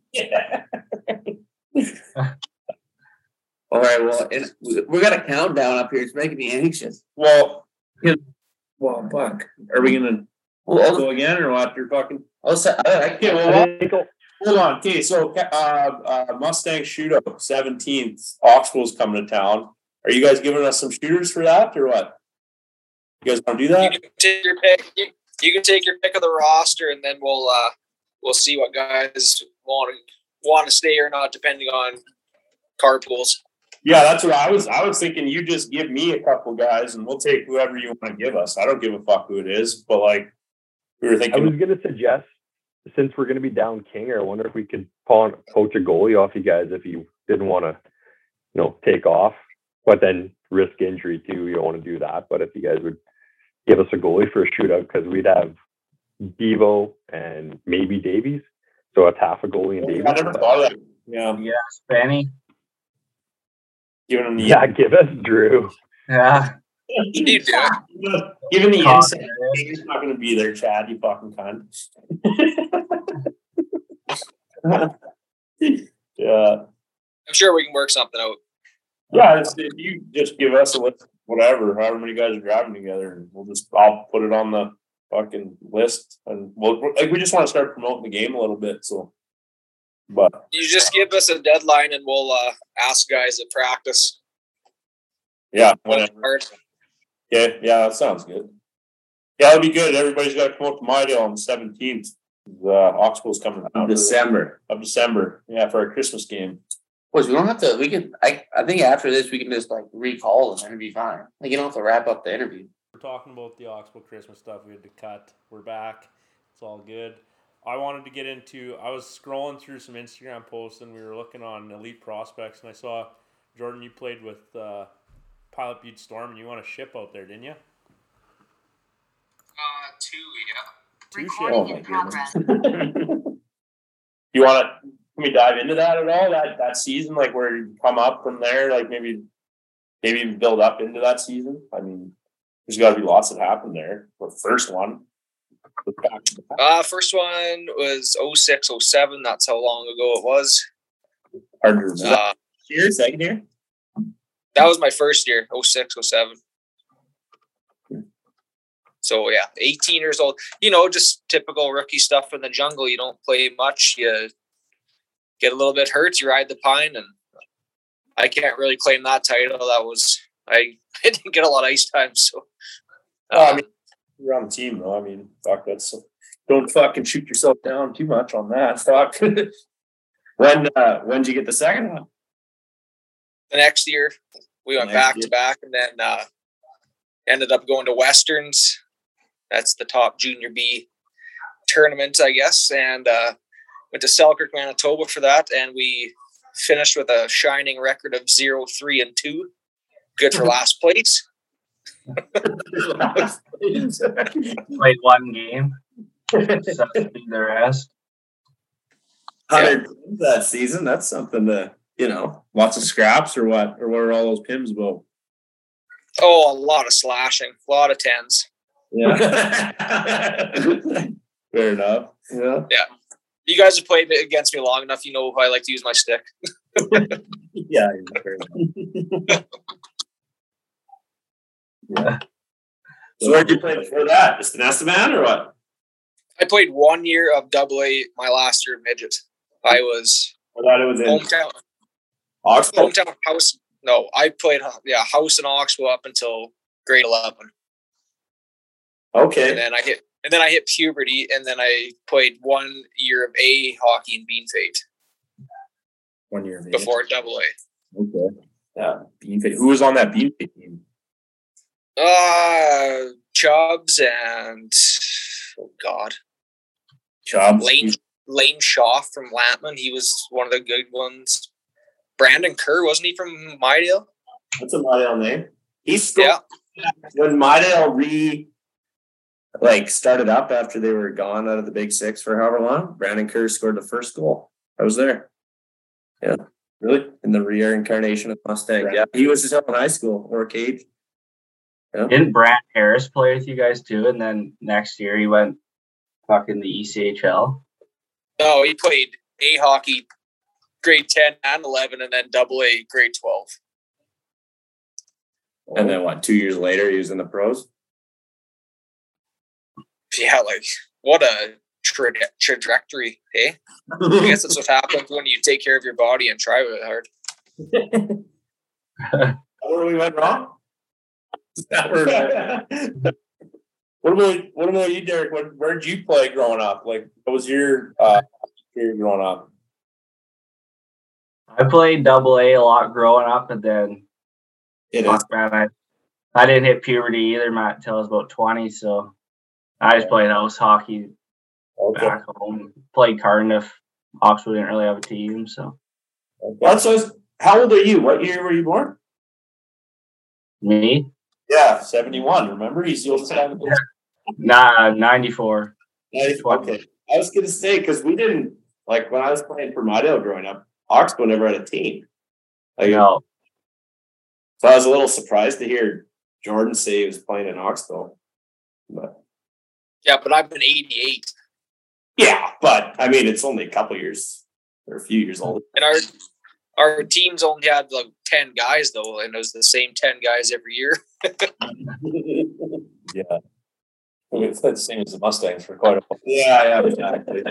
I: All right. Well, and we- we got a countdown up here. It's making me anxious.
C: Well,
I: Well, fuck.
C: are we gonna
I: Well,
C: go again or what? You're fucking.
I: I'll, I'll, I I
C: Okay,
I: can't.
C: well,
D: I think I'll-
C: Hold on. Okay, so uh, uh, Mustang shootout, seventeenth. Oxwell's coming to town. Are you guys giving us some shooters for that or what? You guys want to do
E: You
C: that?
E: can take your pick. You, you can take your pick of the roster, and then we'll uh, we'll see what guys want to want to stay or not, depending on carpools.
C: Yeah, that's what I was. I was thinking. You just give me a couple guys, and we'll take whoever you want to give us. I don't give a fuck who it is, but like we were
D: I
C: thinking.
D: was gonna suggest since we're gonna be down Kinger, I wonder if we could pawn poach a goalie off you guys if you didn't want to, you know, take off, but then risk injury too. You don't want to do that. But if you guys would give us a goalie for a shootout, because we'd have Devo and maybe Davies. So that's half a goalie and Davies.
C: I never thought of that. Yeah,
F: Benny.
C: giving them the
D: Yeah, give us Drew.
F: Yeah.
E: You do it.
C: giving the
F: Cock,
C: inside.
F: yeah.
C: He's not going to be there, Chad. You fucking cunt. yeah.
E: I'm sure we can work something out.
C: Yeah, it's, if you just give us a list, whatever, however many guys are driving together, and we'll just I'll put it on the fucking list, and we'll we're- like we just want to start promoting the game a little bit. So, but
E: You just give us a deadline, and we'll uh, ask guys at practice.
C: yeah, whatever.
E: Or- uh,
C: Yeah, yeah, that sounds good. Yeah, that'd be good. Everybody's got to come up to my deal on the seventeenth. The Oxbow's coming out
I: December.
C: of December. Yeah, for our Christmas game.
I: Which we don't have to. We can. I. I think after this, we can just like recall and it'll be fine. Like you don't have to wrap up the interview.
J: We're talking about the Oxbow Christmas stuff. We had to cut. We're back. It's all good. I wanted to get into. I was scrolling through some Instagram posts and we were looking on elite prospects, and I saw Jordan. You played with uh, Pilot Butte Storm, and you won a ship out there, didn't you?
E: Uh, two, yeah.
J: Two
C: Oh
J: ships.
C: my goodness. you want to? Can we dive into that at all? That that season, like where you come up from there, like maybe, maybe even build up into that season. I mean, there's got to be lots that happened there. The first one.
E: Uh, first one was 06, 07. That's how long ago it was.
C: Hard to remember.
E: Uh,
C: Year, second year.
E: that was my first year, 06, 07. So yeah, 18 years old. You know, just typical rookie stuff in the jungle. You don't play much. You get a little bit hurt. You ride the pine, and I can't really claim that title. That was I, I didn't get a lot of ice time. So uh,
C: Oh, I mean, you're on the team though. I mean, fuck, that's don't fucking shoot yourself down too much on that. Fuck. when uh, when did you get the second one?
E: the next year we went
C: Next
E: back
C: year.
E: to back and then uh, ended up going to westerns that's the top junior b tournament i guess and uh, went to selkirk manitoba for that and we finished with a shining record of zero, three, and 2 good for last place
F: Played one game. Sucks to be the rest.
B: Hundred wins that season. That's something to you know.
C: Lots of scraps or what? Or what are all those pims about?
E: oh a lot of slashing a lot of tens
C: Yeah. Fair enough.
B: Yeah.
E: you guys have played against me long enough you know how i like to use my stick
C: Yeah. Fair enough. yeah.
B: So where would you play before that? Just an Esteban or what?
E: i played one year of double a my last year of midget i was
B: I thought it was in
E: hometown
B: Oxford.
E: hometown house. No, I played uh, yeah house in Oxbow up until grade eleven, and
B: Okay.
E: then I hit and then I hit puberty, and then I played one year of A hockey in Bean Fate
C: One year. Maybe.
E: before Double A.
C: Okay. Yeah. Bean Fit. Who was on that Bean Fit team?
E: Uh Chubbs and oh god,
K: Chubb.
E: Lane Lane Shaw from Lampman. He was one of the good ones. Brandon Kerr wasn't he from Mydale?
B: That's a Mydale name. He scored
E: Yeah,
B: when Mydale re like started up after they were gone out of the Big Six for however long. Brandon Kerr scored the first goal. I was there. Yeah, really, in the reincarnation of Mustang. Yeah, he was just up in high school or cage.
F: Didn't Brad Harris play with you guys too? And then next year he went fucking the E ECHL.
E: no, he played A hockey, grade ten and eleven, and then double A grade twelve.
B: And then what? Two years later, he was in the pros.
E: Yeah, like what a tra- trajectory, eh? I guess that's what happens when you take care of your body and try really hard.
B: Where we went wrong?
C: What about what about you, Derek? What, where'd you play growing up? Like, what was your uh, career growing up?
F: I played double A a lot growing up, and then
B: It is.
F: fuck, man, I, I didn't hit puberty either, Matt, until I was about 20. So I just played house hockey
C: Okay.
F: back home, played Cardiff. Oxford didn't really have a team. So
B: That's what- how old are you? What year were you born?
F: me,
C: Yeah, seventy-one. Remember, he's the oldest guy. in the
F: nah, 94.
B: Nice. Okay. I was gonna say because we didn't like when I was playing for Mydale growing up, Oxbow never had a team. Like,
F: No,
B: so I was a little surprised to hear Jordan say he was playing in Oxbow. But
E: Yeah, but I've been eighty-eight,
B: yeah, but I mean, it's only a couple years or a few years old.
E: and our our teams only had like ten guys though, and it was the same ten guys every year.
C: league. It's the same as the Mustangs for quite a while.
B: Yeah, yeah, exactly.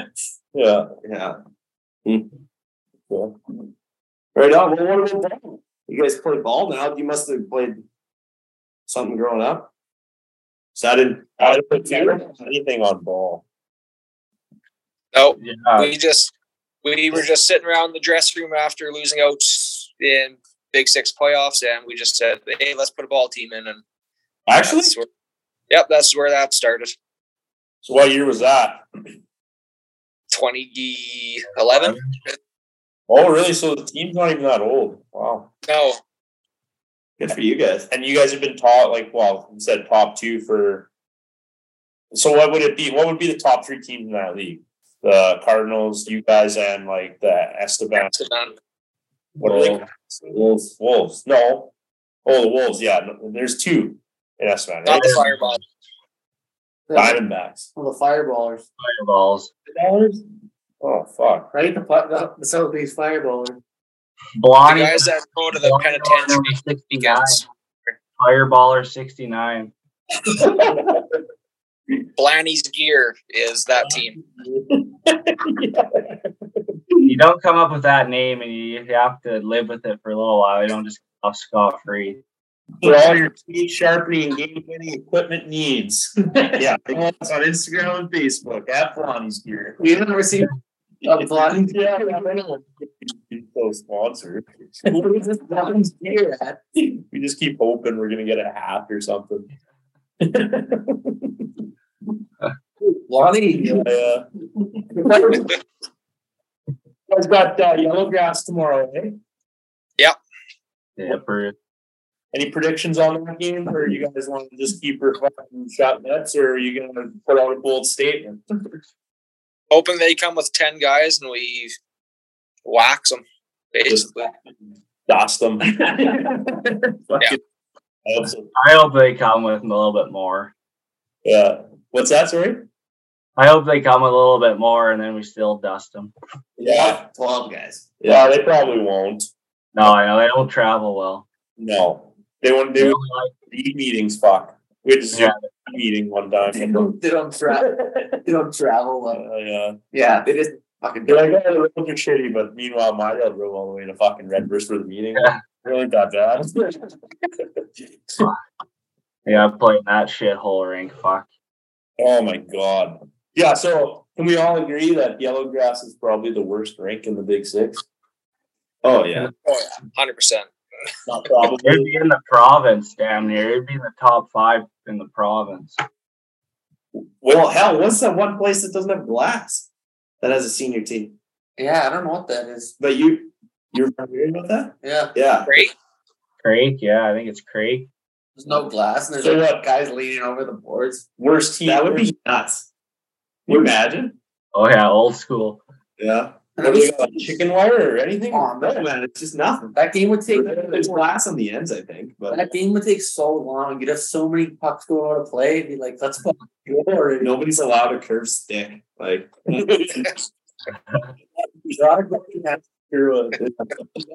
C: Yeah.
B: yeah. Hmm. Yeah. Right on. Well, what about ball? You guys play ball now? You must have played something growing up. So I didn't. I
C: I
B: didn't
C: don't think anything on ball.
E: No,
F: yeah,
E: we just we were just sitting around the dressing room after losing out in Big Six playoffs, and we just said, "Hey, let's put a ball team in." And
C: Actually,
E: that's where- yep, that's where that started.
C: so what year was that?
E: Twenty eleven?
C: Oh, really? So the team's not even that old. Wow.
E: No,
B: Good for you guys.
C: And you guys have been taught like, well, you said top two for. So what would it be? What would be the top three teams in that league? The Cardinals, you guys, and like the Esteban.
E: it's done.
C: What are they? Wolves. Wolves. No. Oh, the Wolves. Yeah, no, there's two in Esteban.
E: not
C: Right?
E: the fireball.
C: Diamondbacks.
A: the fireballers.
F: balls.
C: Oh fuck.
A: Right? The, the, the Southeast fireballers.
E: The
F: Blondie,
E: guys that go to the penitentiary weekends.
F: Fireballer 69.
E: Blanny's gear is that
B: Uh-huh.
E: team.
F: You don't come up with that name and you have to live with it for a little while. You don't just go off scot free.
C: For all your key sharpening and game winning equipment needs. yeah.
B: It's on Instagram and Facebook at Blondie's Gear.
A: You haven't received a blonde.
C: Yeah, so sponsored.
A: What is this blonde's gear at?
C: we just keep hoping we're gonna get a half or something.
A: Blondie.
C: Yeah, yeah.
A: I've got uh, yellow grass tomorrow, eh?
F: Yeah, for
C: Any predictions on that game, or you guys want to just keep reflecting shot nets, or are you gonna put out a bold statement?
E: Hoping they come with ten guys and we wax them. Basically,
C: Dust them.
E: Yeah.
F: I hope they come with a little bit more.
C: yeah. What's that, sorry?
F: I hope they come with a little bit more and then we still dust them.
C: Yeah.
B: Twelve guys.
C: Yeah, they probably won't.
F: No, I know they don't travel well.
C: No. They won't
F: They
C: do
F: don't like-
C: the meetings, fuck. We had to zoom meeting one
A: They
C: time.
A: don't, they don't travel. They don't travel. well.
C: Uh, yeah.
A: Yeah, they just fucking
C: You're like, oh, the roads are shitty, but meanwhile, my dad drove all the way to fucking Redvers for the meeting.
F: Yeah.
C: Really that bad.
F: Yeah, I'm playing that shithole rink. Fuck.
C: Oh my god. Yeah, so can we all agree that yellow grass is probably the worst rink in the Big Six?
B: Oh yeah.
E: hundred percent.
C: Not
F: It'd
C: probably.
F: be in the province, damn near. It'd be in the top five in the province.
B: Well, hell, what's that one place that doesn't have glass that has a senior team?
I: Yeah, I don't know what that is.
B: But you, you're familiar with that?
I: Yeah,
B: Yeah.
E: Great.
F: Craig, yeah, I think it's Craig.
I: there's no glass, and there's
B: So
I: like
B: what?
I: guys leaning over the boards.
B: Worst team. That would be nuts. Can you imagine?
F: Oh yeah, old school.
B: Yeah.
I: And it was-
B: chicken wire or anything?
I: Oh,
B: no, man, it's just nothing.
I: that game would take
B: There's glass on the ends, I think. But
I: that game would take so long. You'd have so many pucks going out of play. It'd be like, let's fucking go already.
B: nobody's allowed a curved stick. Like,
I: Draw a goal, yeah.
B: you're a-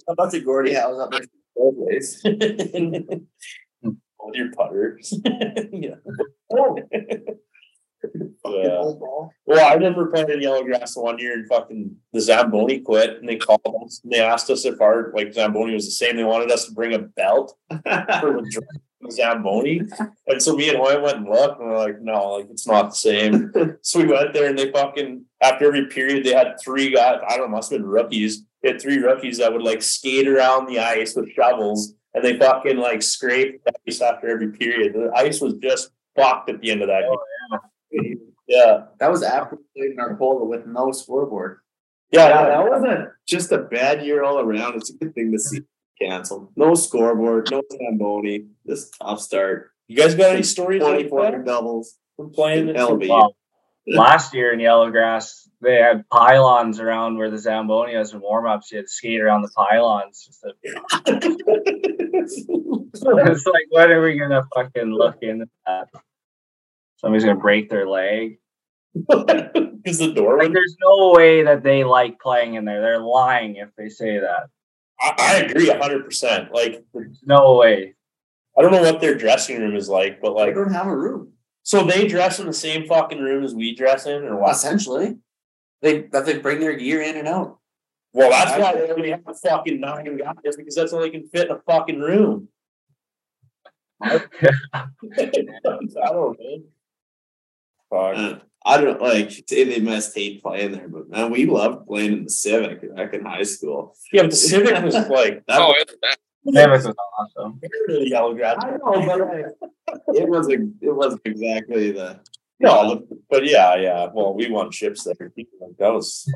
I: A bunch of Gordy Howe's up there.
B: always. Hold your putter. yeah.
I: Fucking old ball.
C: Well, I remember playing in Yellowgrass one year and fucking the Zamboni quit and they called us and they asked us if our like Zamboni was the same. They wanted us to bring a belt for the dr- Zamboni. And so me and Hoy went and looked and we're like, no, like it's not the same. so we went there and they fucking after every period they had three guys, I don't know, must have been rookies. They had three rookies that would like skate around the ice with shovels and they fucking like scraped the ice after every period. The ice was just fucked at the end of that game. yeah.
I: That was after we played in Arcola with no scoreboard.
C: Yeah,
B: Yeah,
C: yeah.
B: that wasn't just a bad year all around. It's a good thing to see canceled. No scoreboard, no Zamboni. Just tough start.
C: You guys got any stories like
B: 24
C: that
B: doubles.
C: from playing in
B: LB.
F: Wow. Last year in Yellowgrass, they had pylons around where the Zamboni was in warm ups. You had to skate around the pylons. It's a- it's like, when are we gonna fucking look into that? Somebody's gonna break their leg.
C: because the door
F: Like,
C: was.
F: there's no way that they like playing in there. They're lying if they say that.
C: I, I agree hundred percent. Like
F: There's no way.
C: I don't know what their dressing room is like, but
I: They
C: like,
I: don't have a room,
C: so they dress in the same fucking room as we dress in, or what?
I: essentially. They that they bring their gear in and out.
C: Well, that's why they only have fucking nine guys because that's all they can fit in a fucking room. I don't know. Fuck.
B: Uh, I don't like say they must hate playing there, but man, we loved playing in the Civic back in high school.
C: Yeah, but the Civic was like
B: That
E: Oh,
B: was,
E: it's bad.
F: Nevis was awesome.
C: the yellow grass.
B: I know, but like, it was a, it wasn't exactly the
C: uh, No, but yeah, yeah. Well, we won ships there. That was.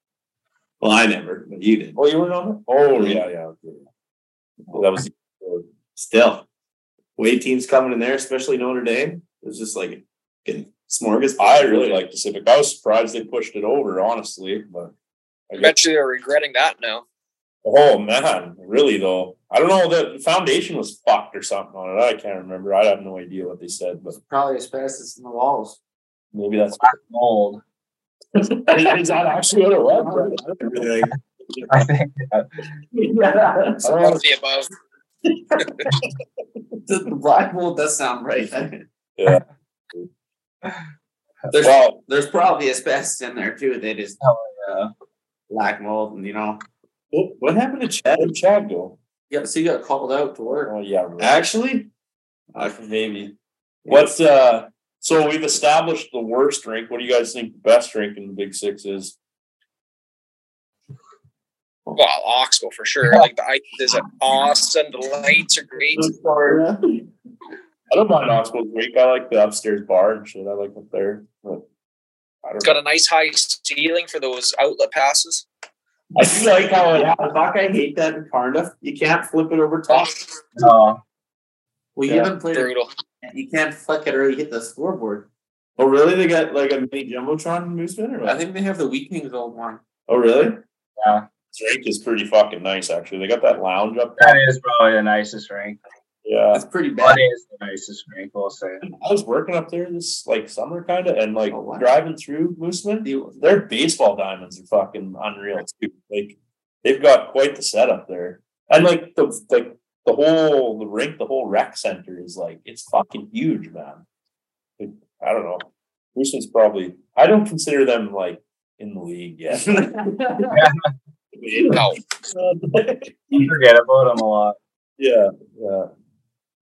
B: well, I never, but you did.
C: Oh, you were on. Oh, yeah, yeah. okay. That was.
B: Still, way teams coming in there, especially Notre Dame. It was just like a smorgasbord.
C: I really like Pacific. I was surprised they pushed it over, honestly. But
E: I
C: I guess,
E: bet you they're regretting that now.
C: oh man, really though. I don't know. The foundation was fucked or something on it. I can't remember. I have no idea what they said, but
I: Probably asbestos in the walls.
C: maybe that's.
F: Mold.
C: is that actually what it was?
B: I really like-
F: I think
B: yeah.
E: All of the above.
I: The, the black mold does sound right. There's
C: Well,
I: there's probably asbestos in there too. They just uh,
F: Oh, yeah.
I: black mold, and you know,
C: what, what happened to Chad? Where'd Chad go?
I: yeah. So you got called out to work.
C: Oh yeah, right.
B: Actually,
C: Uh, maybe. What's uh? So we've established the worst drink. What do you guys think the best drink in the Big Six is?
E: Well, Oxbow for sure. Like the ice is awesome. The lights are great.
C: I don't mind Knoxville Creek. I like the upstairs bar and shit. I like it there. But I
E: It's
C: don't
E: got
C: know.
E: a nice high ceiling for those outlet passes.
B: I do like
I: Oh,
B: how yeah, fuck, I hate that in Cardiff. You can't flip it over top.
F: no.
I: Well, you
B: Yeah.
I: haven't played. it.
E: Brutal.
I: You can't flick it or you hit the scoreboard.
B: Oh, really? They got like a mini jumbotron in Mooseman, or
I: I
B: what?
I: think they have the weekend's old one.
B: oh, really?
C: Drake is pretty fucking nice, actually. They got that lounge up there.
F: That is probably the nicest rank.
C: Yeah.
I: That's pretty bad.
F: That is the nicest rank, we'll say.
C: I was working up there this like summer kind of and like
I: Oh, wow.
C: driving through Mooseman.
I: You-
C: Their baseball diamonds are fucking unreal too. Like they've got quite the setup there. And like the like the whole the rink, the whole rec center is like it's fucking huge, man. Like, I don't know. Mooseman's probably I don't consider them like in the league yet.
E: No.
F: You forget about them a lot.
C: yeah, yeah.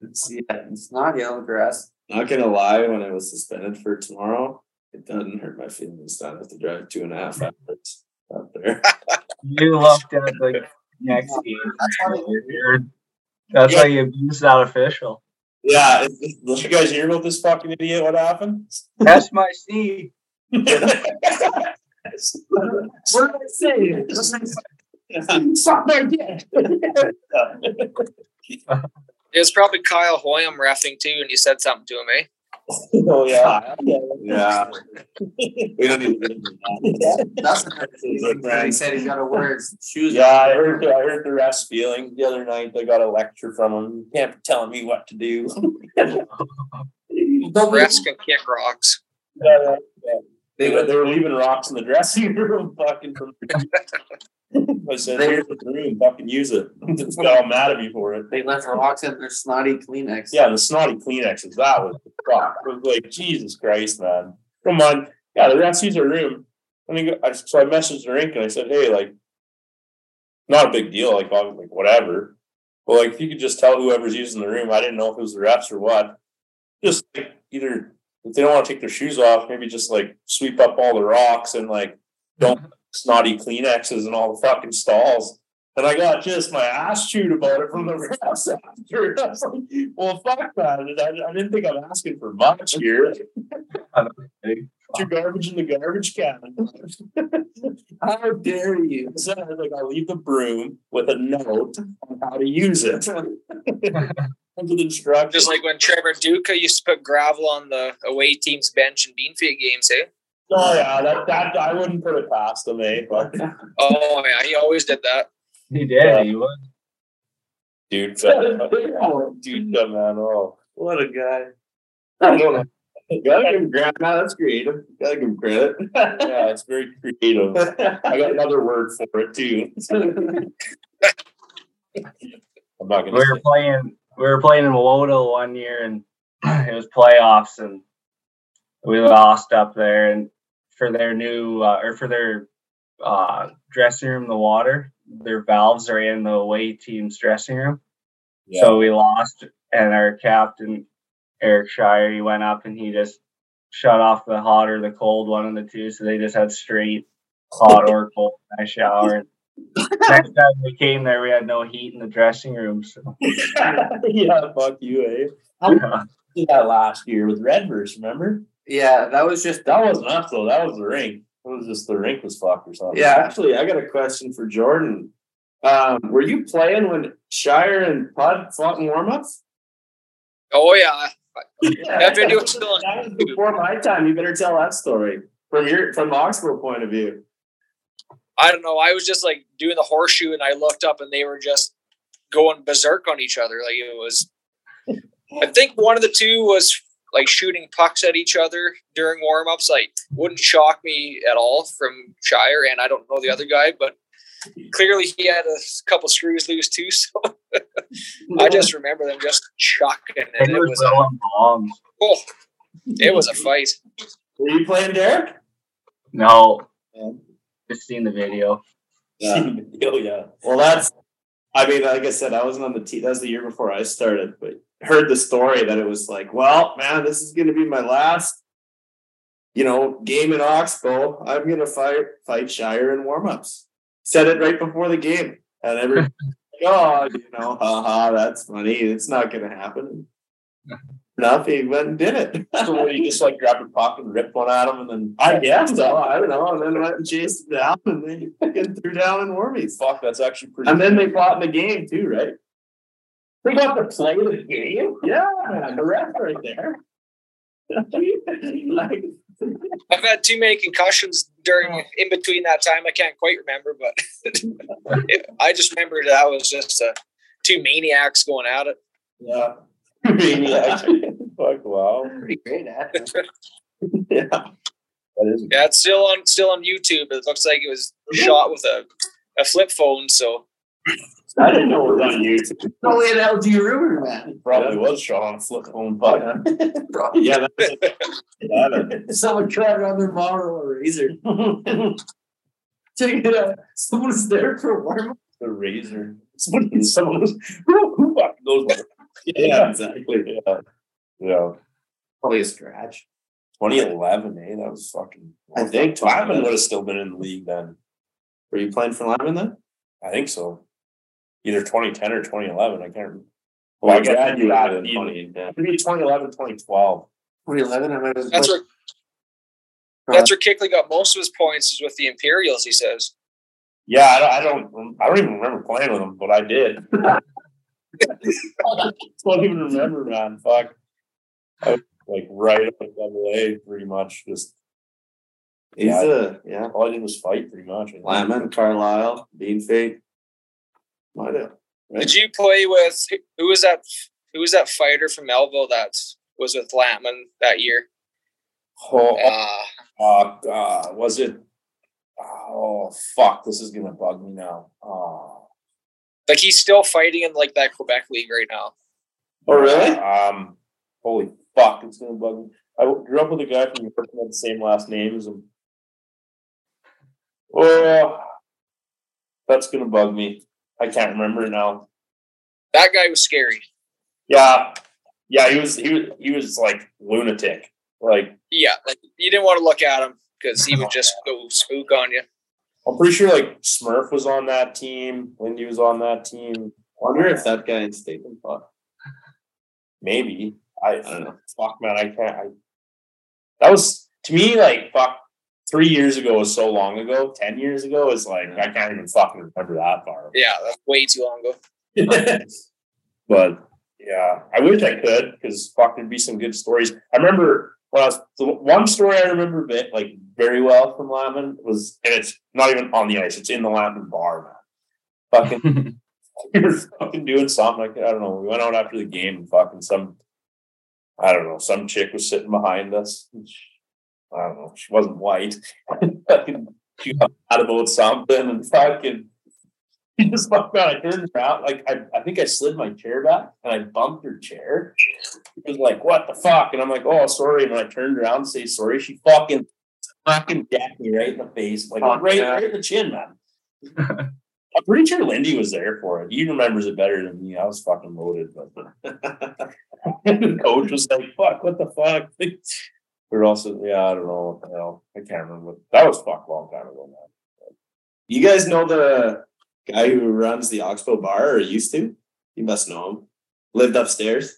I: It's, yeah, it's not yellow grass.
B: Not gonna lie, when I was suspended for tomorrow, it doesn't hurt my feelings. I have to drive two and a half hours out there.
F: You looked at the next game.
I: That's why they
F: You're- That's how you abuse that official.
C: Yeah, it- it- did you guys hear about this fucking idiot? What happened?
F: That's my C.
A: What did I say? Suck my dick.
E: It was probably Kyle Hoyam refing too, and you said something to him, eh?
C: oh yeah,
B: Yeah. we don't need to.
I: That's the kind of thing. He said he's got a word. Shoes.
C: yeah. I heard the, I heard the ref's feeling the other night. I got a lecture from him. You can't be telling me what to do.
I: But we-
E: Refs can kick rocks.
C: They were, they were leaving rocks in the dressing room, fucking. From, I said, "Here's the room, fucking use it." Just got all mad at me for it.
I: They left rocks in their snotty Kleenex.
C: Yeah, the snotty Kleenexes. That was the fuck. It was like Jesus Christ, man. Come on, yeah, the refs use their room. And I go, I, so I messaged the rink and I said, "Hey, like, not a big deal. Like, I'm like whatever. But like, if you could just tell whoever's using the room, I didn't know if it was the refs or what. Just like either if they don't want to take their shoes off, maybe just like sweep up all the rocks and like don't snotty Kleenexes and all the fucking stalls. And I got just my ass chewed about it from the refs after. I was like, well, fuck that. I, I didn't think I'm asking for much here. Put your garbage in the garbage can.
A: How dare you?
C: So I was like, I leave the broom with a note on how to use it. Under the instructions.
E: Just like when Trevor Duca used to put gravel on the away team's bench in Beanfield games, eh?
C: oh yeah, that, that I wouldn't put it past them, eh? But
E: Oh yeah, he always did that.
F: He did. He was.
C: dude, that- dude, that man, oh,
B: What a guy.
C: I don't know.
B: Gotta give him credit. That's creative. Gotta give him credit.
C: Yeah, it's very creative. I got another word for it too. I'm not
F: We
C: gonna.
F: were playing. We were playing in Wodal one year, and it was playoffs, and we lost up there. And for their new uh, or for their uh, dressing room, the water, their valves are in the away team's dressing room.
C: Yeah.
F: So we lost, and our captain Eric Shire, he went up and he just shut off the hot or the cold, one of the two. So they just had straight hot or cold. I shower. Next time we came there, we had no heat in the dressing room. So
C: yeah, fuck you, eh? did that last year with Redverse, remember?
I: Yeah, that was just
C: That wasn't us though. That was the rink. It was just the rink was fucked or something.
B: Yeah, actually, I got a question for Jordan. Um, were you playing when Shire and Pud fought in warm-ups?
E: Oh yeah, that
B: that
E: video is still on.
B: was before my time. You better tell that story from your from the Oxford point of view.
E: I don't know. I was just like doing the horseshoe, and I looked up, and they were just going berserk on each other. Like it was. I think one of the two was like shooting pucks at each other during warm ups. Like wouldn't shock me at all from Shire, and I don't know the other guy, but clearly he had a couple screws loose too. So I just remember them just chucking, and it was a
F: throwing bombs.
E: oh, it was a fight.
B: Were you playing Derek?
F: No,
I: Oh,
B: Yeah.
F: just seen the video.
B: Yeah.
C: oh yeah.
B: Well, that's. I mean, like I said, I wasn't on the team. That was the year before I started, but heard the story that it was like, well, man, this is going to be my last, you know, game in Oxbow. I'm going to fight fight Shire in warmups. Said it right before the game, and every oh, you know, haha, that's funny. It's not going to happen. Enough, he went and did it.
C: So what, you just like grabbed a puck and ripped one at him and then
B: I guess so. I don't know. And then went and chased it down, and then he fucking threw down in warmies.
C: fuck, that's actually pretty
B: And then they fought in the game too, right?
A: We got to play the game.
B: Yeah, the ref right there.
A: like,
E: I've had too many concussions during in between that time. I can't quite remember, but it, I just remember that was just uh, two maniacs going at it.
B: Yeah.
C: maniac. fuck wow.
I: pretty great at it.
C: That is
E: Yeah, it's still on still on YouTube. It looks like it was shot with a, a flip phone. So
B: I didn't know it was on YouTube.
I: Only an LG rumor, man.
C: probably was shot on a flip phone puck.
I: Probably.
B: Yeah, that's
I: Someone tried it on their Marlboro razor. Check it out. Someone's there for warm up.
C: The razor. Somebody someone was who, who fucking knows what
B: yeah, exactly.
C: yeah. yeah.
I: Probably a scratch.
C: 2011, eh? That was fucking.
B: I think
C: Lyman would have still been in the league then.
B: Were you playing for Lyman then?
C: I think so. Either 2010 or 2011. I can't remember. Well, I
B: I guess
C: graduated
B: that
C: in
B: even-
C: 20, yeah.
B: Maybe 2011, 2012.
I: 2011, I might as
E: That's where that's where Kickley got most of his points is with the Imperials. He says
C: Yeah, I don't, I don't, I don't even remember playing with him, but I did. I don't even remember, man. Fuck, I was like right up at double A, pretty much. Just
B: He's
C: Yeah.
B: a yeah.
C: all I did was fight, pretty much. I think.
B: Lyman, Carlisle, Dean Fate. Might have.
E: Did you play with who was that? Who was that fighter from Melville that was with Lampman that year?
C: Oh,
E: Uh,
C: uh, God, was it? Oh fuck, this is gonna bug me now. Oh,
E: like he's still fighting in like that Quebec league right now.
B: Oh, really?
C: Um, holy fuck, it's gonna bug me. I grew up with a guy from York who had the same last name as him. Oh, that's gonna bug me. I can't remember it now.
E: That guy was scary.
C: Yeah, yeah, he was he was he was like lunatic. Like
E: Yeah, like you didn't want to look at him because he would just go spook on you.
C: I'm pretty sure like Smurf was on that team. Lindy was on that team.
B: Wonder if that guy in Staten fought.
C: Maybe I,
B: I don't know.
C: fuck man, I can't. I, that was to me like fuck. Three years ago was so long ago. Ten years ago is like I can't even fucking remember that far.
E: Yeah, that's way too long ago.
C: but yeah, I wish I could because fuck, there'd be some good stories. I remember when I was the one story I remember bit like very well from Lyman was, and it's not even on the ice; it's in the Lyman bar, man. Fucking, we were fucking doing something. Like, I don't know. We went out after the game and fucking some, I don't know, some chick was sitting behind us. I don't know. She wasn't white. fucking, she got mad about something and fucking she just fucked around. I turned around. Like I, I think I slid my chair back and I bumped her chair. She was like, "What the fuck?" And I'm like, "Oh, sorry." And when I turned around to say sorry, she fucking fucking jacked me right in the face, like
B: Fuck
C: right,
B: yeah.
C: right in the chin, man. I'm pretty sure Lindy was there for it. He remembers it better than me. I was fucking loaded, but the coach was like, "Fuck, what the fuck?" We We're also, yeah, I don't know, what the hell. I can't remember. What, that was fuck a long time ago, man.
B: You guys know the guy who runs the Oxbow bar or used to? You must know him. Lived upstairs.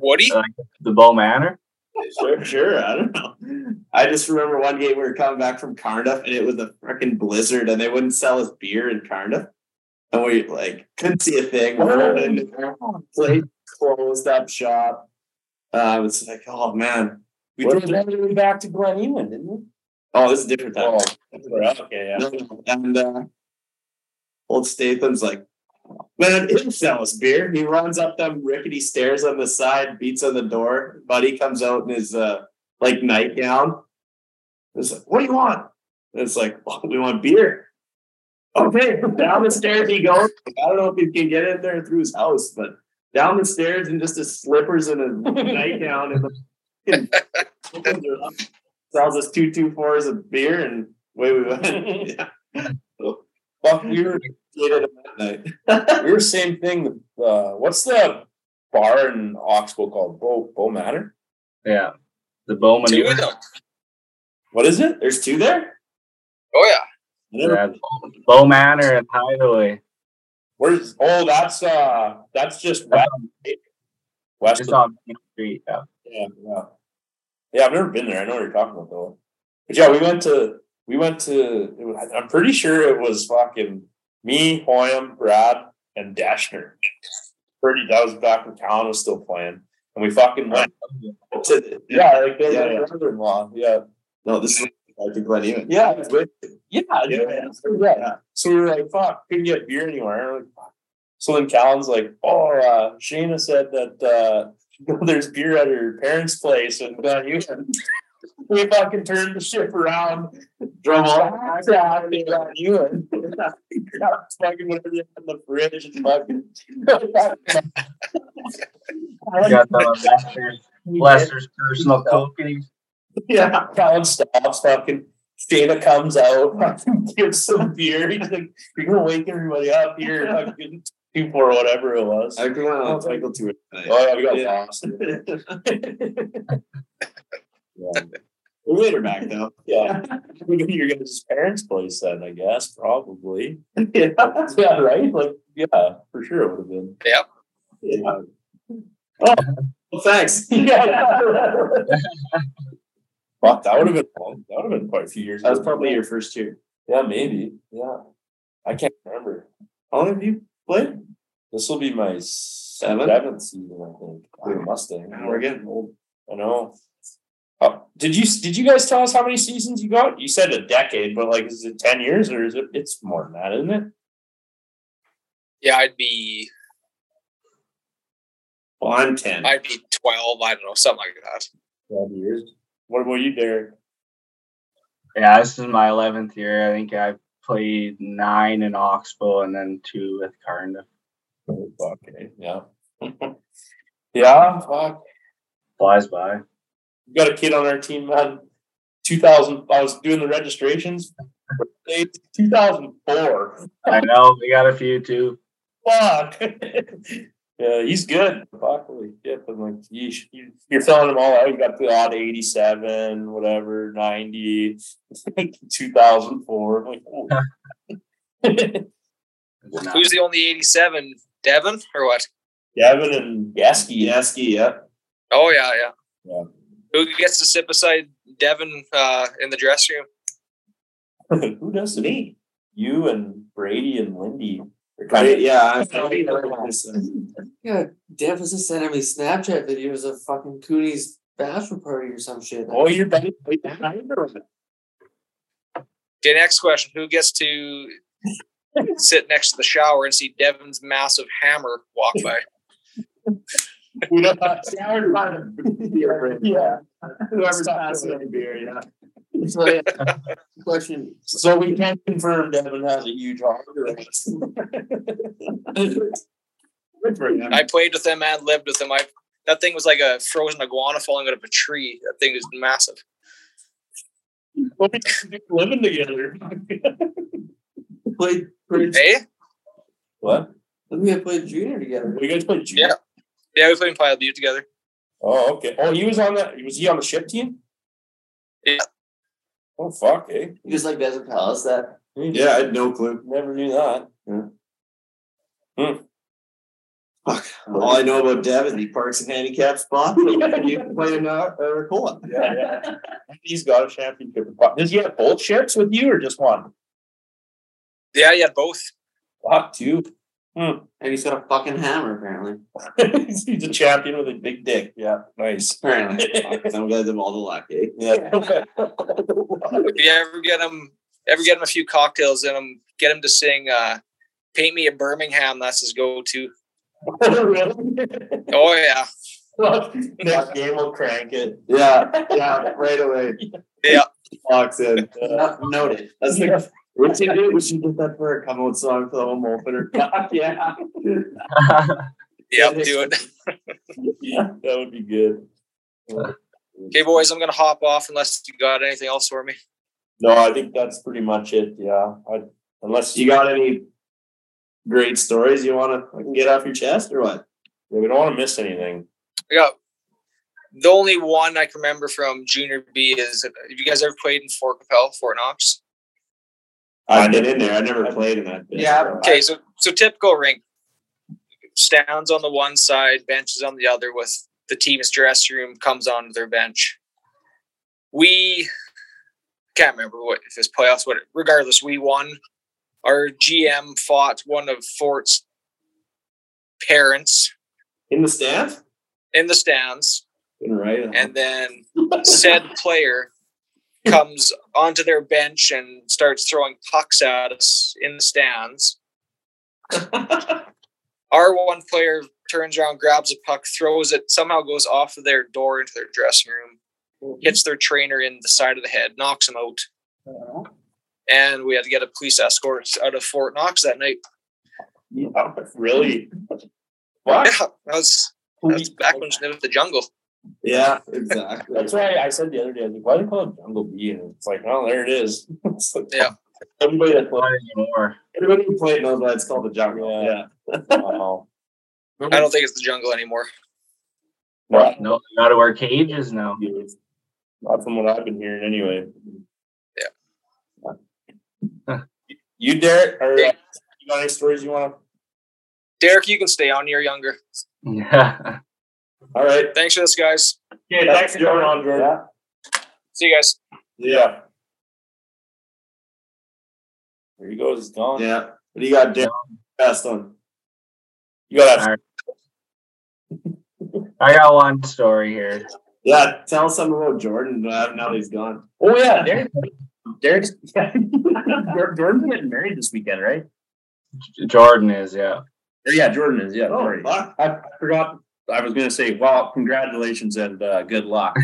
E: Woody,
F: The Bow Manor.
B: Sure, sure. I don't know. I just remember one game we were coming back from Cardiff and it was a freaking blizzard and they wouldn't sell us beer in Cardiff. And we like couldn't see a thing. We were in place closed up shop. Uh, I was like, oh man.
C: We
B: What
C: drove all the way back to Glen Ewan, didn't we?
B: Oh, this is a different time.
C: okay, yeah.
B: And uh, old Statham's like, man, he'll sell us beer. He runs up them rickety stairs on the side, beats on the door. Buddy comes out in his uh, like nightgown. It's like, what do you want? And it's like, "Well, we want beer. Okay, down the stairs he goes. I don't know if he can get in there through his house, but down the stairs in just his slippers and a nightgown and the sells us two two fours of beer and away we went. yeah.
C: Fuck, we were
B: Did it that night.
C: we were same thing. Uh, what's the bar in Oxbow called? Bow Bow Manor.
F: Yeah. The Bow
E: two
F: Manor.
E: of them.
C: What is it?
B: There's two there?
E: Oh yeah,
F: Yeah, Bow Manor and Hideaway.
C: Where's oh that's uh that's just west west.
F: Just
C: of-
F: on Main Street. Yeah.
C: yeah, yeah, yeah. I've never been there. I know what you're talking about though. But yeah, we went to we went to. it was- I'm pretty sure it was fucking me, Hoyam, Brad, and Dashner. Pretty that was back when Talon was still playing, and we fucking went.
B: To-
C: Yeah, like they're
B: Uh, Yeah,
C: my
B: yeah.
C: brother-in-law. Yeah.
B: No, this is like the Glen Ewan.
C: Yeah, it's good. Yeah,
B: Yeah,
C: yeah, yeah. So we were like, fuck, couldn't get beer anywhere. We're like, fuck. So then Callan's like, oh, uh, Shayna said that uh, there's beer at her parents' place and Glen Ewan. We fucking turned the ship around, drove all the down to Glen Ewan. Got fucking whatever they had in the fridge and fucking.
F: You got the Lester's, Lester's personal coke and he's
C: Yeah, Colin stops fucking. Dana comes out, fucking gives some beer. He's like, "You're gonna wake everybody up here." Fucking two four, whatever it was.
B: I
C: Oh
B: grew up on Twinkle to it tonight.
C: yeah, we got
B: Yeah.
C: lost. yeah.
B: We made her back though.
C: yeah, we go to your guys' parents' place then, I guess, probably. yeah, right. Like, yeah, for sure it would have been.
E: Yep.
B: Yeah. Oh, well, thanks. that
C: Fuck, that would have been long. That would have been quite a few years.
B: was
C: ago.
B: probably your first year.
C: yeah, maybe. Yeah, I can't remember.
B: How long have you played?
C: This will be my
B: Seven?
C: seventh season, I think. with Mustang.
B: Now we're getting old.
C: I know. Oh, did you did you guys tell us how many seasons you got? You said a decade, but like, is it ten years or is it? It's more than that, isn't it?
E: Yeah, I'd be
B: Well, I'm 10.
E: I'd be twelve. I don't know, something like that.
C: Twelve years. What about you, Derek?
F: Yeah, this is my eleventh year. I think I played nine in Oxbow and then two with Cardiff.
C: Oh, fuck, eh? Yeah. yeah, fuck.
F: Flies by.
C: We got a kid on our team, uh, man. 2000, I was doing the registrations. Birthday, 2004.
F: I know we got a few too.
C: Fuck. yeah, he's good. Fuck, holy shit. I'm like, yeesh. You- You're filling them all out. You got the odd 87, whatever, 90, 2004. I'm like, holy.
F: It's not-
E: Who's the only eighty-seven? Devin or what?
C: Gavin and Gasky. Gasky, yeah.
E: Oh yeah, yeah.
C: Yeah.
E: Who gets to sit beside Devin uh, in the dressing room?
C: Who does it? Me. You and Brady and Lindy. are kind
B: Right?
C: of-
B: Yeah.
I: Yeah, Dev was just sending me Snapchat videos of fucking Cooney's bachelor party or some shit.
C: Oh, you're better. Wait, I remember that.
E: Okay, next question. Who gets to sit next to the shower and see Devin's massive hammer walk by?
C: We don't have
B: yeah. Whoever's passing the beer, yeah.
I: So, yeah. Question.
C: So we can confirm Devin has a huge heart.
B: Good for him.
E: I played with him and lived with him. I that thing was like a frozen iguana falling out of a tree. That thing is massive.
C: We'll be living together.
I: Played, played,
E: Hey,
C: What?
I: we had played junior together.
C: We guys play junior?
E: Yeah. yeah, we played in Pile Butte together.
C: Oh, okay. Oh, he was on that. Was he on the ship team?
E: Yeah.
C: Oh fuck, eh?
I: He was like, doesn't tell us that.
B: Yeah, I had no clue. Hmm.
C: Never knew that.
B: Fuck. All I know about Dev is he parks in handicap spot. and you can play in uh, uh, cola.
C: Yeah, yeah. He's got a championship. Does he have both ships with you or just one?
E: Yeah, yeah, both.
C: Fuck two.
I: And he's got a fucking hammer, apparently.
C: He's a champion with a big dick. Yeah, nice.
I: Apparently.
B: Fuck, Some guys have all the luck, eh?
C: Yeah.
E: If you ever get him, ever get him a few cocktails in him, get him to sing uh, "Paint Me a Birmingham." That's his go-to. Oh yeah,
C: Next game will crank it.
B: Yeah, yeah, right away.
E: Yeah.
B: Locks in.
I: No- Noted.
B: That's the we should do. We should get that for a come out song for the home opener. yeah.
E: yeah, do it.
C: Yeah, that would be good.
E: Okay, boys, I'm gonna hop off unless you got anything else for me.
C: No, I think that's pretty much it. Yeah, I, unless
B: You
C: you,
B: got any great stories you want to get off your chest or what?
C: yeah, we don't want to miss anything.
E: I got the only one I can remember from Junior B is have you guys ever played in Fort Capel, Fort Knox?
B: I've been in there. I never played in that. bit.
I: Yeah.
E: Okay, so so typical rink. Stands on the one side, benches on the other, with the team's dressing room comes onto their bench. We can't remember what if this playoffs, what regardless, we won. Our GM fought one of Fort's parents
B: In the stands.
E: in the stands,
B: Right.
E: and then said player comes onto their bench and starts throwing pucks at us in the stands. Our one player turns around, grabs a puck, throws it, somehow goes off of their door into their dressing room, hits their trainer in the side of the head, knocks him out. And we had to get a police escort out of Fort Knox that night.
C: Yeah, Oh, really? Fuck.
E: Yeah, that was, that was back when it was the jungle.
B: yeah. Exactly.
C: That's why I said the other day. I was like, why do they call it Jungle Bee? And it's like, oh, there it is. It's like,
E: Yeah.
C: Everybody that
F: Not
C: played.
F: anymore.
B: Everybody who played knows why it's called the jungle.
C: Yeah.
B: Yeah.
C: Wow.
E: I don't think it's the jungle anymore.
C: Not,
F: No, you gotta wear cages now.
C: not from what I've been hearing, anyway. Yeah. You, Derek, or uh, you got any stories you want to
E: Derek, you can stay on. You're younger.
F: Yeah.
C: All right.
E: Thanks for this, guys.
C: Okay, thanks for coming on, Jordan.
B: Yeah.
E: See you guys.
C: Yeah. There he goes. He's gone.
B: Yeah. What do you got, Darren? Best one.
C: You gotta.
F: I got one story here.
B: Yeah. Tell us something about Jordan uh, now that he's gone.
K: Oh yeah, Derek. Derek. Yeah. Jordan's getting married this weekend, right?
F: J- Jordan is, yeah.
K: Or, yeah, Jordan is. Yeah.
B: Oh,
K: sorry.
B: fuck.
K: I, I forgot. I was going to say, well, congratulations and uh, good luck.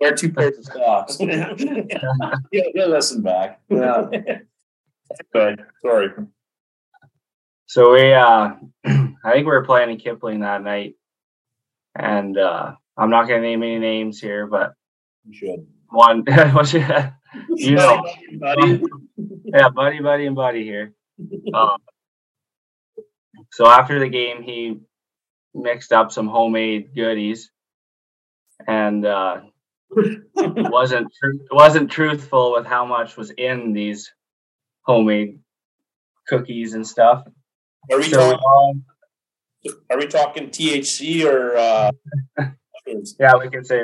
K: Wear two pairs of socks. yeah, yeah, listen back.
B: Yeah.
C: Good. Sorry.
F: So we, uh, I think we were playing in Kipling that night, and uh, I'm not gonna name any names here, but
C: You should.
F: one, you know,
B: Buddy,
F: yeah, buddy, buddy, and buddy here. Um, so after the game, he mixed up some homemade goodies, and uh, wasn't tru- wasn't truthful with how much was in these homemade cookies and stuff.
C: Are we
F: So we
C: talking?
F: all-
C: Are we talking THC or? Uh, others?
F: Yeah, we can say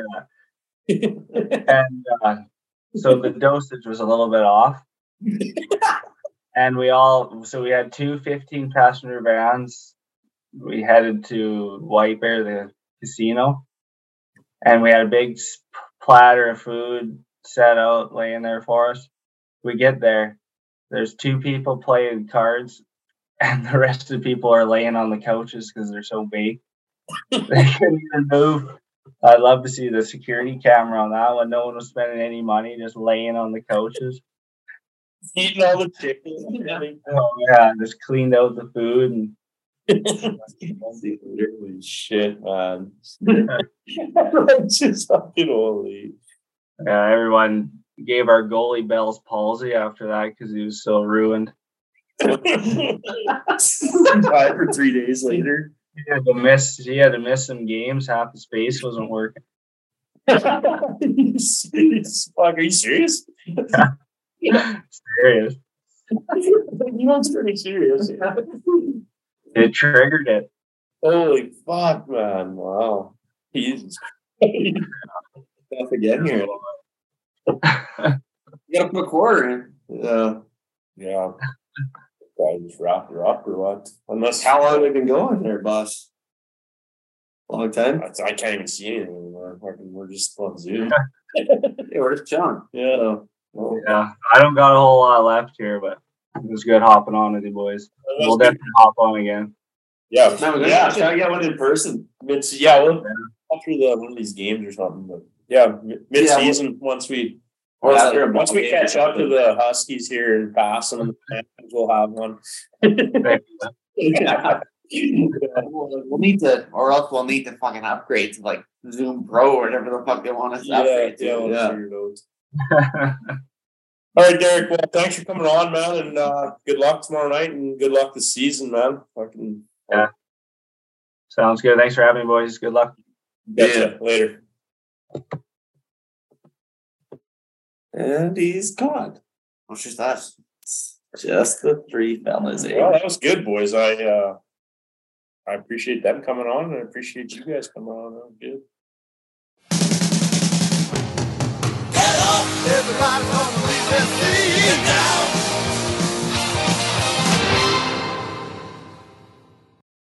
F: that. and uh, so the dosage was a little bit off. and we all, so we had two 15 passenger vans. We headed to White Bear, the casino. And we had a big s- platter of food set out laying there for us. We get there. There's two people playing cards, and the rest of the people are laying on the couches because they're so big. they couldn't even move. I'd love to see the security camera on that one. No one was spending any money, just laying on the couches.
C: eating all the chicken.
F: Oh yeah, just cleaned out the food and
C: Holy shit, man! That's just fucking holy.
F: yeah, everyone gave our goalie Bell's palsy after that because he was so ruined.
B: Five or three days later.
F: He had to miss. He had to miss some games. Half his face wasn't working.
C: Fuck, are you serious?
F: Serious.
C: you know it's pretty serious.
F: It triggered it.
C: Holy fuck, man! Wow, Jesus.
B: Stuff again here.
I: You gotta put a quarter in.
B: Yeah.
C: Yeah. I just wrapped her up or what? Unless
B: How long have we been going there, boss? Long time.
C: I I can't even see anything anymore. Fucking, We're just on Zoom.
B: Hey, where's John?
C: Yeah.
F: Yeah, I don't got a whole lot left here, but it was good hopping on with you boys. We'll definitely hop on again.
C: Yeah.
B: No,
C: yeah.
B: yeah, I got one in person.
C: Mid yeah, we'll after the one of these games or something. But yeah, mid season once we
B: Or
C: yeah,
B: after a
C: once we
B: ball game
C: catch
B: or
C: up to
B: something.
C: the Huskies here and pass them, we'll have one.
B: Yeah.
I: We'll we'll need to, or else we'll need to fucking upgrade to like Zoom Pro or whatever the fuck they want us to
C: Yeah,
I: upgrade to.
C: yeah, we'll
B: yeah.
C: figure it out. All right, Derek. Well, thanks for coming on, man, and uh, good luck tomorrow night, and good luck this season, man. Fucking
F: Sounds good. Thanks for having me, boys. Good luck.
C: gotcha. later.
B: And he's gone.
I: It's just us.
B: Just the three fellas. eh?
C: Well, that was good, boys. I uh, I appreciate them coming on, and I appreciate you guys coming on. That was good.
L: Everybody from the Regency. And now,